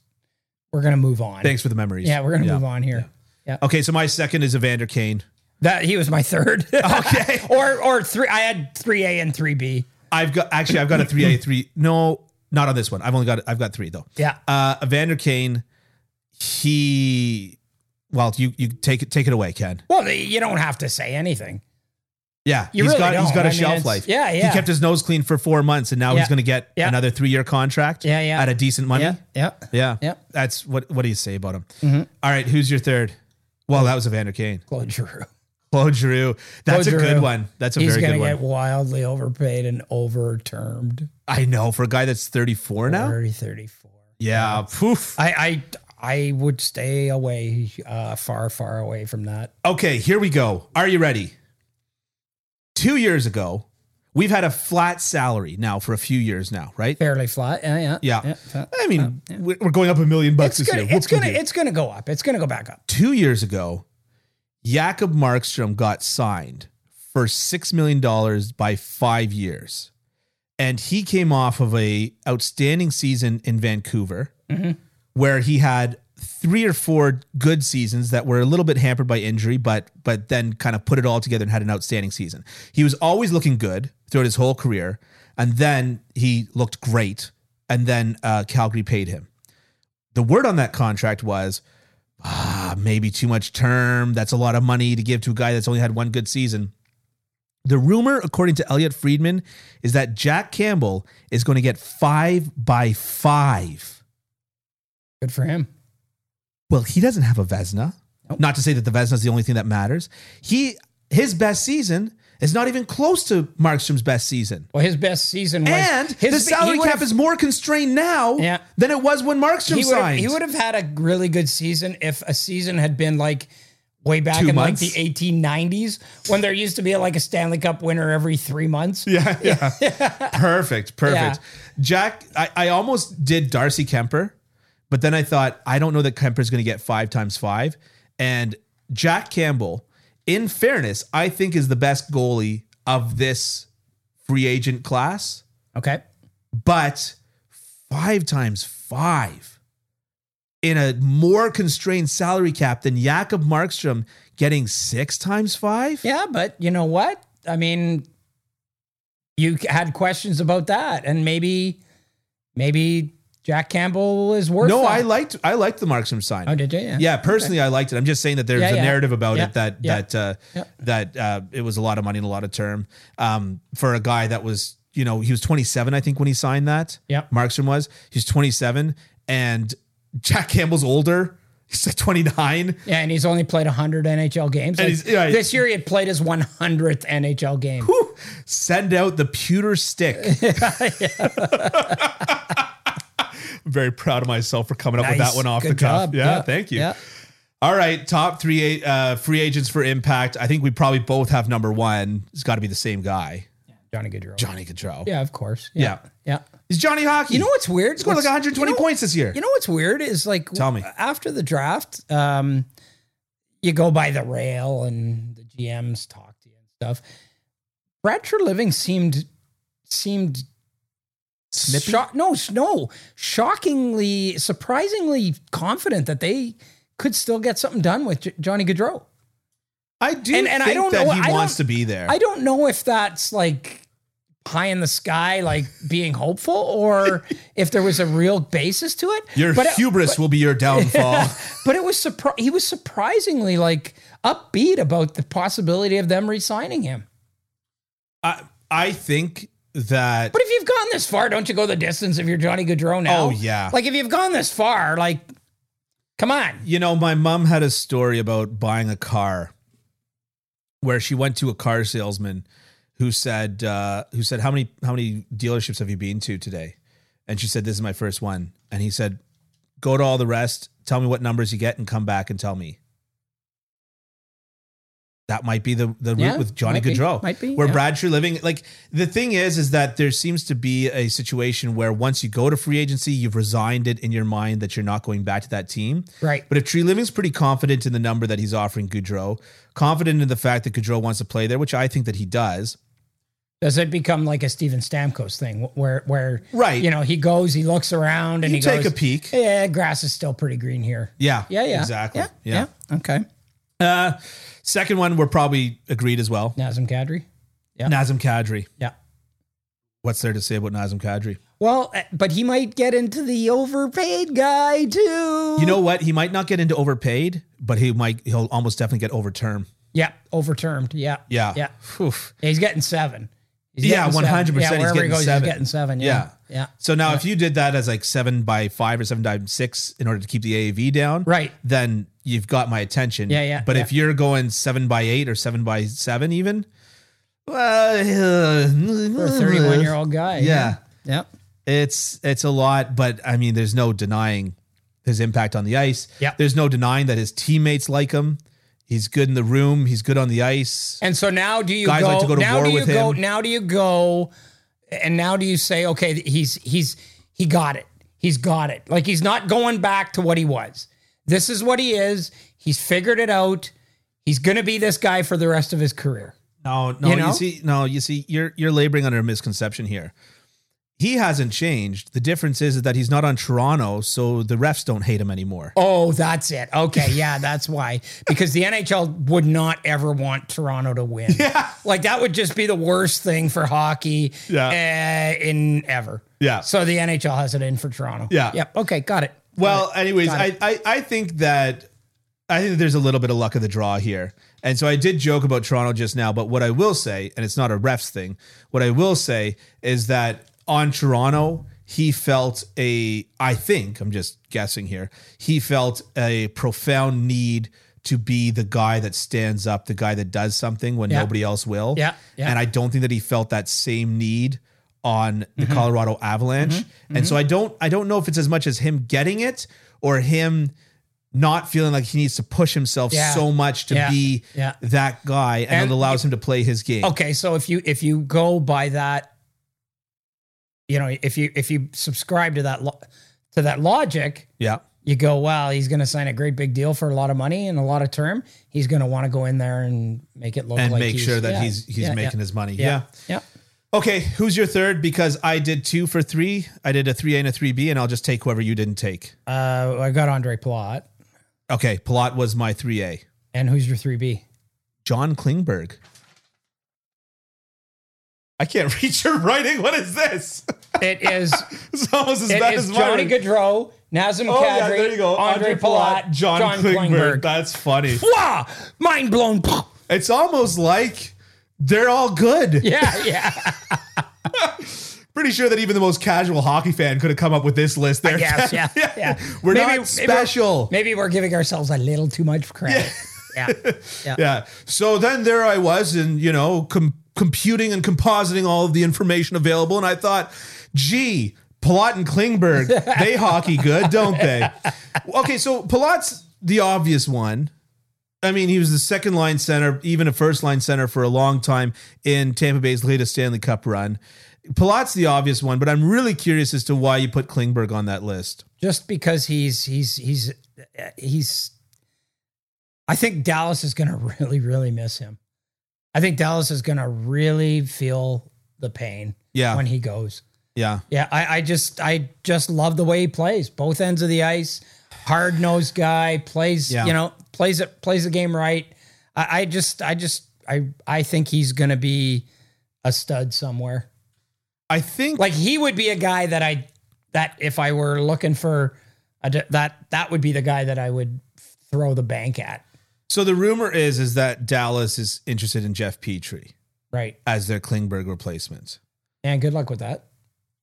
S3: we're gonna move on.
S1: Thanks for the memories.
S3: Yeah, we're gonna move on here. Yeah.
S1: Okay, so my second is Evander Kane.
S3: That he was my third. okay. or or three. I had three A and three B.
S1: I've got actually, I've got a three A three. No, not on this one. I've only got I've got three though.
S3: Yeah.
S1: Uh, Evander Kane, he. Well, you you take it take it away, Ken.
S3: Well, the- you don't have to say anything.
S1: Yeah, he's
S3: You really
S1: got he's
S3: don't.
S1: got a
S3: I mean,
S1: shelf
S3: it's-
S1: life.
S3: yeah,
S1: He
S3: yeah.
S1: kept his nose clean for four months, and now he's
S3: Yeah.
S1: going to get
S3: Yeah.
S1: another three year contract.
S3: Yeah, yeah.
S1: at a decent money.
S3: Yeah. Yeah.
S1: Yeah.
S3: Yeah. Mm-hmm.
S1: That's what what do you say about him? All right, who's your third? Well, that was Evander Kane.
S3: Claude Giroux.
S1: Claude Giroux. That's
S3: Claude
S1: a good
S3: Giroux.
S1: one. That's a
S3: He's
S1: very
S3: gonna
S1: good one.
S3: get wildly overpaid and overtermed.
S1: I know for a guy that's 34 now.
S3: Thirty thirty four.
S1: Yeah. Poof.
S3: I I I would stay away, uh, far far away from that.
S1: Okay, here we go. Are you ready? 2 years ago, we've had a flat salary now for a few years now, right?
S3: Fairly flat. Yeah. Yeah.
S1: Yeah.
S3: Um, yeah.
S1: I mean, we're we're going up a million bucks
S3: It's
S1: this
S3: gonna,
S1: year.
S3: it's
S1: Whoop-de-doo.
S3: gonna, it's gonna go up. It's gonna go back up.
S1: 2 years ago, Jakob Markstrom got signed for six million dollars by five years, and he came off of a outstanding season in Vancouver, where he had three or four good seasons that were a little bit hampered by injury, but but then kind of put it all together and had an outstanding season. He was always looking good throughout his whole career, and then he looked great, and then uh, Calgary paid him. The word on that contract was ah, maybe too much term. That's a lot of money to give to a guy that's only had one good season. The rumor, according to Elliot Friedman, is that Jack Campbell is going to get five by five.
S3: Good for him.
S1: Well, he doesn't have a Vesna. Not to say that the Vesna is the only thing that matters. He his best season is not even close to Markstrom's best season.
S3: Well, his best season was
S1: And
S3: his
S1: the
S3: he
S1: salary
S3: would've-
S1: cap is more constrained now
S3: Yeah.
S1: than it was when Markstrom
S3: he would
S1: signed.
S3: he would have had a really good season if a season had been like way back
S1: Two
S3: in
S1: months?
S3: like the 1890s when there used to be like a Stanley Cup winner every 3 months.
S1: Yeah, yeah. perfect, perfect. Jack, I, I almost did Darcy Kemper, but then I thought, I don't know that Kemper's going to get five times five. And Jack Campbell, in fairness, I think is the best goalie of this free agent class,
S3: Okay.
S1: but five times five in a more constrained salary cap than Jakob Markstrom getting six times five.
S3: Yeah, but you know what? I mean, you had questions about that, and maybe, maybe Jack Campbell is worth.
S1: No,
S3: that.
S1: I liked I liked the Markstrom sign.
S3: Oh, did you? Yeah.
S1: Yeah, personally, I liked it. I'm just saying that there's
S3: Yeah,
S1: a
S3: yeah.
S1: narrative about
S3: Yeah,
S1: it that
S3: yeah,
S1: that uh,
S3: yeah.
S1: that uh, it was a lot of money and a lot of term um, for a guy that was you know he was 27 I think when he signed that.
S3: Yeah.
S1: Markstrom was he's 27 and Jack Campbell's older. He's like 29.
S3: Yeah, and he's only played 100 NHL games.
S1: And
S3: Like,
S1: he's- yeah, he-
S3: this year, he had played his 100th NHL game.
S1: Whew. Send out the pewter stick. I'm very proud of myself for coming up with that
S3: Nice.
S1: one off
S3: Good
S1: the cuff.
S3: job.
S1: Yeah,
S3: Yeah,
S1: thank you.
S3: yeah.
S1: All right, top three uh, free agents for impact. I think we probably both have number one. It's got to be the same guy,
S3: Johnny Gaudreau.
S1: Johnny Gaudreau.
S3: Yeah, of course.
S1: Yeah.
S3: yeah.
S1: He's Johnny Hockey.
S3: You know what's weird?
S1: Scored like
S3: What's-
S1: 120
S3: you know-
S1: points this year.
S3: You know what's weird is like
S1: Tell me.
S3: after the draft, um, you go by the rail and the GMs talk to you and stuff. Brad Living seemed seemed
S1: Snippy?
S3: shock- no s- no shockingly surprisingly confident that they could still get something done with J- Johnny Gaudreau.
S1: I do
S3: And- and I
S1: think
S3: don't
S1: that
S3: know-
S1: he
S3: I
S1: wants to
S3: don't-
S1: be there.
S3: I don't know if that's like pie in the sky, like being hopeful, or if there was a real basis to it.
S1: your
S3: But it-
S1: hubris will be your downfall.
S3: but it was surpri- he was surprisingly like upbeat about the possibility of them re-signing him.
S1: I, I think that
S3: But if you've gone this far, don't you go the distance if you're Johnny Gaudreau now?
S1: Oh, yeah.
S3: Like if you've gone this far, like come on.
S1: You know, my mom had a story about buying a car where she went to a car salesman who said uh, who said how many how many dealerships have you been to today? And she said this is my first one. And he said go to all the rest, tell me what numbers you get and come back and tell me. That might be the the route
S3: Yeah,
S1: with Johnny
S3: might be,
S1: Gaudreau.
S3: might be,
S1: Where
S3: yeah.
S1: Bradshaw living like the thing is is that there seems to be a situation where once you go to free agency, you've resigned it in your mind that you're not going back to that team.
S3: Right.
S1: But if Tree Living's pretty confident in the number that he's offering Goudreau, confident in the fact that Goudreau wants to play there, which I think that he does.
S3: Does it become like a Steven Stamkos thing wh- where where
S1: Right.
S3: you know, he goes, he looks around and
S1: You
S3: he
S1: take
S3: goes,
S1: a peek.
S3: Yeah, grass is still pretty green here.
S1: Yeah.
S3: Yeah, yeah.
S1: Exactly.
S3: Yeah. Yeah. Okay.
S1: Uh, second one, we're probably agreed as well.
S3: Nazem Kadri. Yeah.
S1: Nazem Kadri.
S3: Yeah.
S1: What's there to say about Nazem Kadri?
S3: Well, eh, but he might get into the overpaid guy too.
S1: You know what? He might not get into overpaid, but he might. He'll almost definitely get overturned.
S3: Yeah, overturned. Yeah.
S1: Yeah.
S3: Yeah.
S1: Oof.
S3: He's getting seven. He's
S1: Yeah,
S3: getting seven.
S1: 100% he's
S3: wherever
S1: getting
S3: he goes,
S1: seven.
S3: he's getting seven. Yeah. Yeah.
S1: So now, if you did that as like seven by five or seven by six in order to keep the AAV down,
S3: Right.
S1: Then you've got my attention.
S3: Yeah, yeah,
S1: But
S3: yeah.
S1: if you're going seven by eight or seven by seven, even, well,
S3: For a 31 year old guy.
S1: Yeah.
S3: Yeah. Yeah.
S1: it's it's a lot. But I mean, there's no denying his impact on the ice.
S3: Yeah.
S1: There's no denying that his teammates like him. He's good in the room. He's good on the ice.
S3: And so now do you
S1: Guys
S3: go,
S1: like to go to
S3: now
S1: war
S3: do you
S1: with
S3: go,
S1: him.
S3: now do you go, and now do you say, okay, he's, he's, he got it. He's got it. Like he's not going back to what he was. This is what he is. He's figured it out. He's going to be this guy for the rest of his career.
S1: No, no, you,
S3: You know?
S1: see, no, you see, you're you're laboring under a misconception here. He hasn't changed. The difference is that he's not on Toronto, so the refs don't hate him anymore.
S3: Oh, that's it. Okay, yeah, that's why. Because the NHL would not ever want Toronto to win.
S1: Yeah.
S3: Like that would just be the worst thing for hockey
S1: Yeah.
S3: uh, in ever.
S1: Yeah.
S3: So the NHL has it in for Toronto.
S1: Yeah.
S3: Yep. Okay, got it.
S1: Well, anyways,
S3: Got
S1: I, I I think that I think that there's a little bit of luck of the draw here. And so I did joke about Toronto just now, but what I will say, and it's not a refs thing, what I will say is that on Toronto, he felt a I think, I'm just guessing here, he felt a profound need to be the guy that stands up, the guy that does something when
S3: Yeah.
S1: nobody else will.
S3: Yeah, yeah.
S1: And I don't think that he felt that same need on the
S3: Mm-hmm.
S1: Colorado Avalanche. And so I don't I don't know if it's as much as him getting it or him not feeling like he needs to push himself
S3: Yeah.
S1: so much to
S3: Yeah.
S1: be
S3: Yeah.
S1: that guy and,
S3: And- Oh.
S1: it allows him to play his game.
S3: Okay, so if you if you go by that, you know, if you if you subscribe to that lo- to that logic,
S1: Yeah.
S3: you go, wow, he's going to sign a great big deal for a lot of money and a lot of term. He's going to want to go in there and make it look
S1: And
S3: like
S1: make
S3: he's-
S1: sure that
S3: yeah,
S1: he's he's
S3: yeah,
S1: making
S3: yeah,
S1: his money.
S3: yeah,
S1: Yeah.
S3: yeah.
S1: Okay, who's your third? Because I did two for three. I did a three A and a three B, and I'll just take whoever you didn't take.
S3: Uh, I got Andre Plot,
S1: Okay, Palat was my three A.
S3: and who's your three B?
S1: John Klingberg. I can't read your writing. What is this?
S3: It is
S1: It's almost as bad
S3: it
S1: as
S3: is
S1: mine.
S3: Johnny Gaudreau, Nazem
S1: Oh yeah,
S3: Kadri,
S1: there you go.
S3: Andre Palat,
S1: John, Klingberg. That's funny.
S3: Wow, mind blown.
S1: It's almost like they're all good.
S3: Yeah, yeah.
S1: Pretty sure that even the most casual hockey fan could have come up with this list. There,
S3: Yes, yeah, yeah.
S1: We're
S3: Maybe-
S1: not
S3: maybe we're-
S1: special.
S3: Maybe we're giving ourselves a little too much credit. Yeah. Yeah.
S1: yeah. So then there I was, and you know, com- computing and compositing all of the information available, and I thought, gee, Palat and Klingberg, they hockey good, don't they? Okay, so Palat's the obvious one. I mean, he was the second line center, even a first line center for a long time in Tampa Bay's latest Stanley Cup run. Palat's the obvious one, but I'm really curious as to why you put Klingberg on that list.
S3: Just because he's he's he's uh, he's I think Dallas is going to really really miss him. I think Dallas is going to really feel the pain
S1: Yeah.
S3: when he goes.
S1: Yeah.
S3: Yeah, I, I just I just love the way he plays. Both ends of the ice, hard nosed guy, plays
S1: Yeah.
S3: you know, plays it plays the game right. I, I just I just I I think he's gonna be a stud somewhere.
S1: I think
S3: Like he would be a guy that I that if I were looking for a, d- that that would be the guy that I would throw the bank at.
S1: so. The rumor is is that Dallas is interested in Jeff Petrie.
S3: Right.
S1: as their Klingberg replacement.
S3: And good luck with that.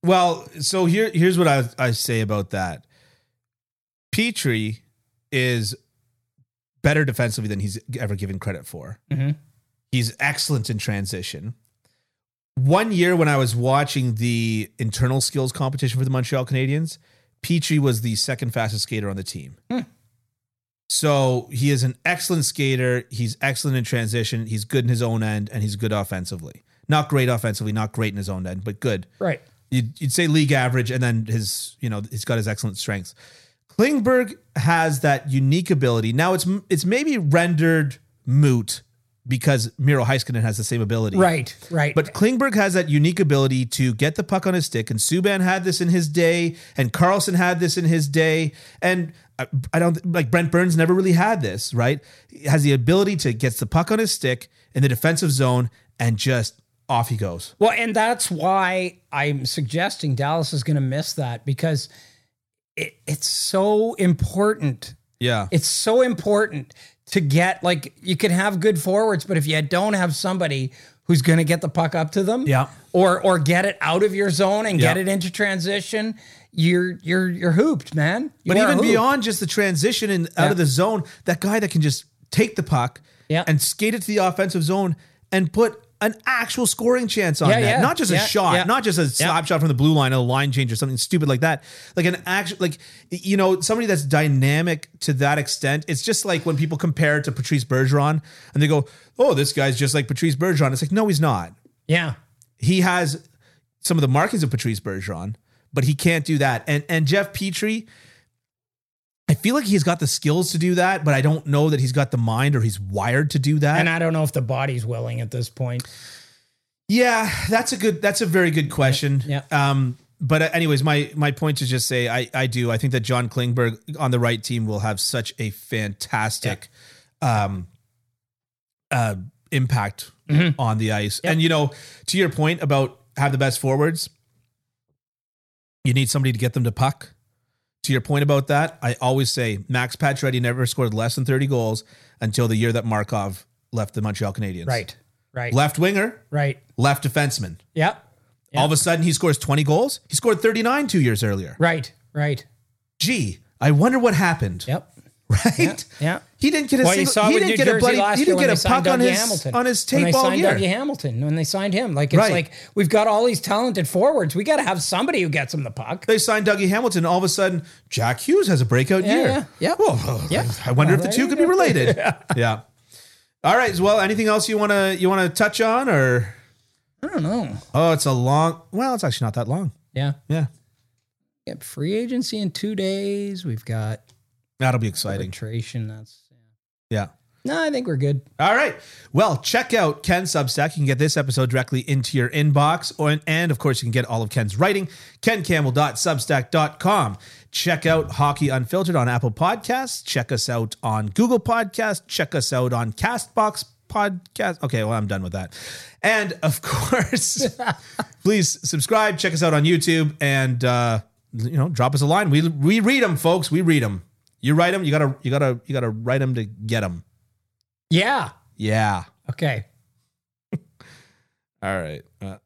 S1: Well, so here here's what I, I say about that. Petrie is better defensively than he's ever given credit for.
S3: Mhm.
S1: He's excellent in transition. One year when I was watching the internal skills competition for the Montreal Canadiens, Petrie was the second fastest skater on the team. So he is an excellent skater. He's excellent in transition. He's good in his own end, and he's good offensively. Not great offensively, not great in his own end, but good
S3: Right.
S1: you'd, you'd say league average, and then his, you know, he's got his excellent strengths. Klingberg has that unique ability. Now it's it's maybe rendered moot because Miro Heiskanen has the same ability,
S3: Right. Right.
S1: But Klingberg has that unique ability to get the puck on his stick, and Subban had this in his day, and Carlson had this in his day, and I, I don't like Brent Burns never really had this, right? He has the ability to gets the puck on his stick in the defensive zone and just off he goes.
S3: Well, and that's why I'm suggesting Dallas is going to miss that because it, it's so important.
S1: Yeah,
S3: It's so important to get like you can have good forwards, but if you don't have somebody who's going to get the puck up to them,
S1: Yeah.
S3: or or get it out of your zone and get
S1: Yeah.
S3: it into transition, you're you're you're hooped, man. You
S1: But
S3: are
S1: even
S3: hooped.
S1: beyond just the transition and out of
S3: Yeah.
S1: the zone, that guy that can just take the puck
S3: Yeah.
S1: and skate it to the offensive zone and put an actual scoring chance on
S3: Yeah,
S1: that.
S3: yeah,
S1: Not just a
S3: yeah,
S1: shot,
S3: yeah.
S1: not just a slap shot from the blue line, a line change or something stupid like that. Like an action, like, you know, somebody that's dynamic to that extent. It's just like when people compare it to Patrice Bergeron and they go, oh, this guy's just like Patrice Bergeron. It's like, no, he's not
S3: yeah,
S1: he has some of the markings of Patrice Bergeron, but he can't do that. And and Jeff Petrie, I feel like he's got the skills to do that, but I don't know that he's got the mind or he's wired to do that.
S2: And I don't know if the body's willing at this point.
S1: yeah, that's a good. That's a very good question.
S2: Yeah.
S1: Um. But uh, anyways, my my point to just say I I do I think that John Klingberg on the right team will have such a fantastic, um, uh, impact
S2: Mhm.
S1: on the ice.
S2: Yeah.
S1: And you know, to your point about have the best forwards, you need somebody to get them to puck. To your point about that, I always say Max Pacioretty never scored less than 30 goals until the year that Markov left the Montreal Canadiens.
S2: Right. Right.
S1: Left winger,
S2: Right.
S1: left defenseman.
S2: Yep. Yeah.
S1: All of a sudden he scores 20 goals. He scored 39 2 years earlier.
S2: Right. Right.
S1: Gee, I wonder what happened.
S2: Yep.
S1: Right?
S2: yeah.
S1: He didn't get a
S2: Well, you
S1: single,
S2: saw it
S1: he
S2: with
S1: didn't
S2: New
S1: get
S2: Jersey
S1: a bloody
S2: last
S1: he
S2: year
S1: didn't
S2: when
S1: get
S2: they
S1: a
S2: signed
S1: puck on
S2: Dougie
S1: his
S2: Hamilton.
S1: on his
S2: when they
S1: tape all
S2: signed
S1: year.
S2: Dougie Hamilton when they signed him. Like it's
S1: Right.
S2: like we've got all these talented forwards. We got to have somebody who gets them the puck.
S1: they signed Dougie Hamilton, all of a sudden Jack Hughes has a breakout
S2: Yeah,
S1: year.
S2: yeah, yeah.
S1: Well,
S2: Yeah.
S1: I wonder if the
S2: Well,
S1: two
S2: there
S1: could be
S2: you go.
S1: related. yeah. All right. Well, anything else you wanna you wanna touch on or
S2: I don't know.
S1: oh, it's a long. Well, it's actually not that long.
S2: Yeah.
S1: Yeah,
S2: We got free agency in two days. We've got
S1: that'll be exciting.
S2: arbitration. That's
S1: Yeah.
S2: no. I think we're good.
S1: All right. Well, check out Ken's Substack. You can get this episode directly into your inbox. Or, and of course, you can get all of Ken's writing, kencampbell.substack.com. Check out Hockey Unfiltered on Apple Podcasts. Check us out on Google Podcasts. Check us out on Castbox Podcast. Okay, well, I'm done with that. And of course, please subscribe. Check us out on YouTube and, uh, you know, drop us a line. We, we read them, folks. We read them. You write them. You gotta, you gotta, you gotta write them to get them.
S2: Yeah.
S1: Yeah.
S2: Okay.
S1: All right. Uh,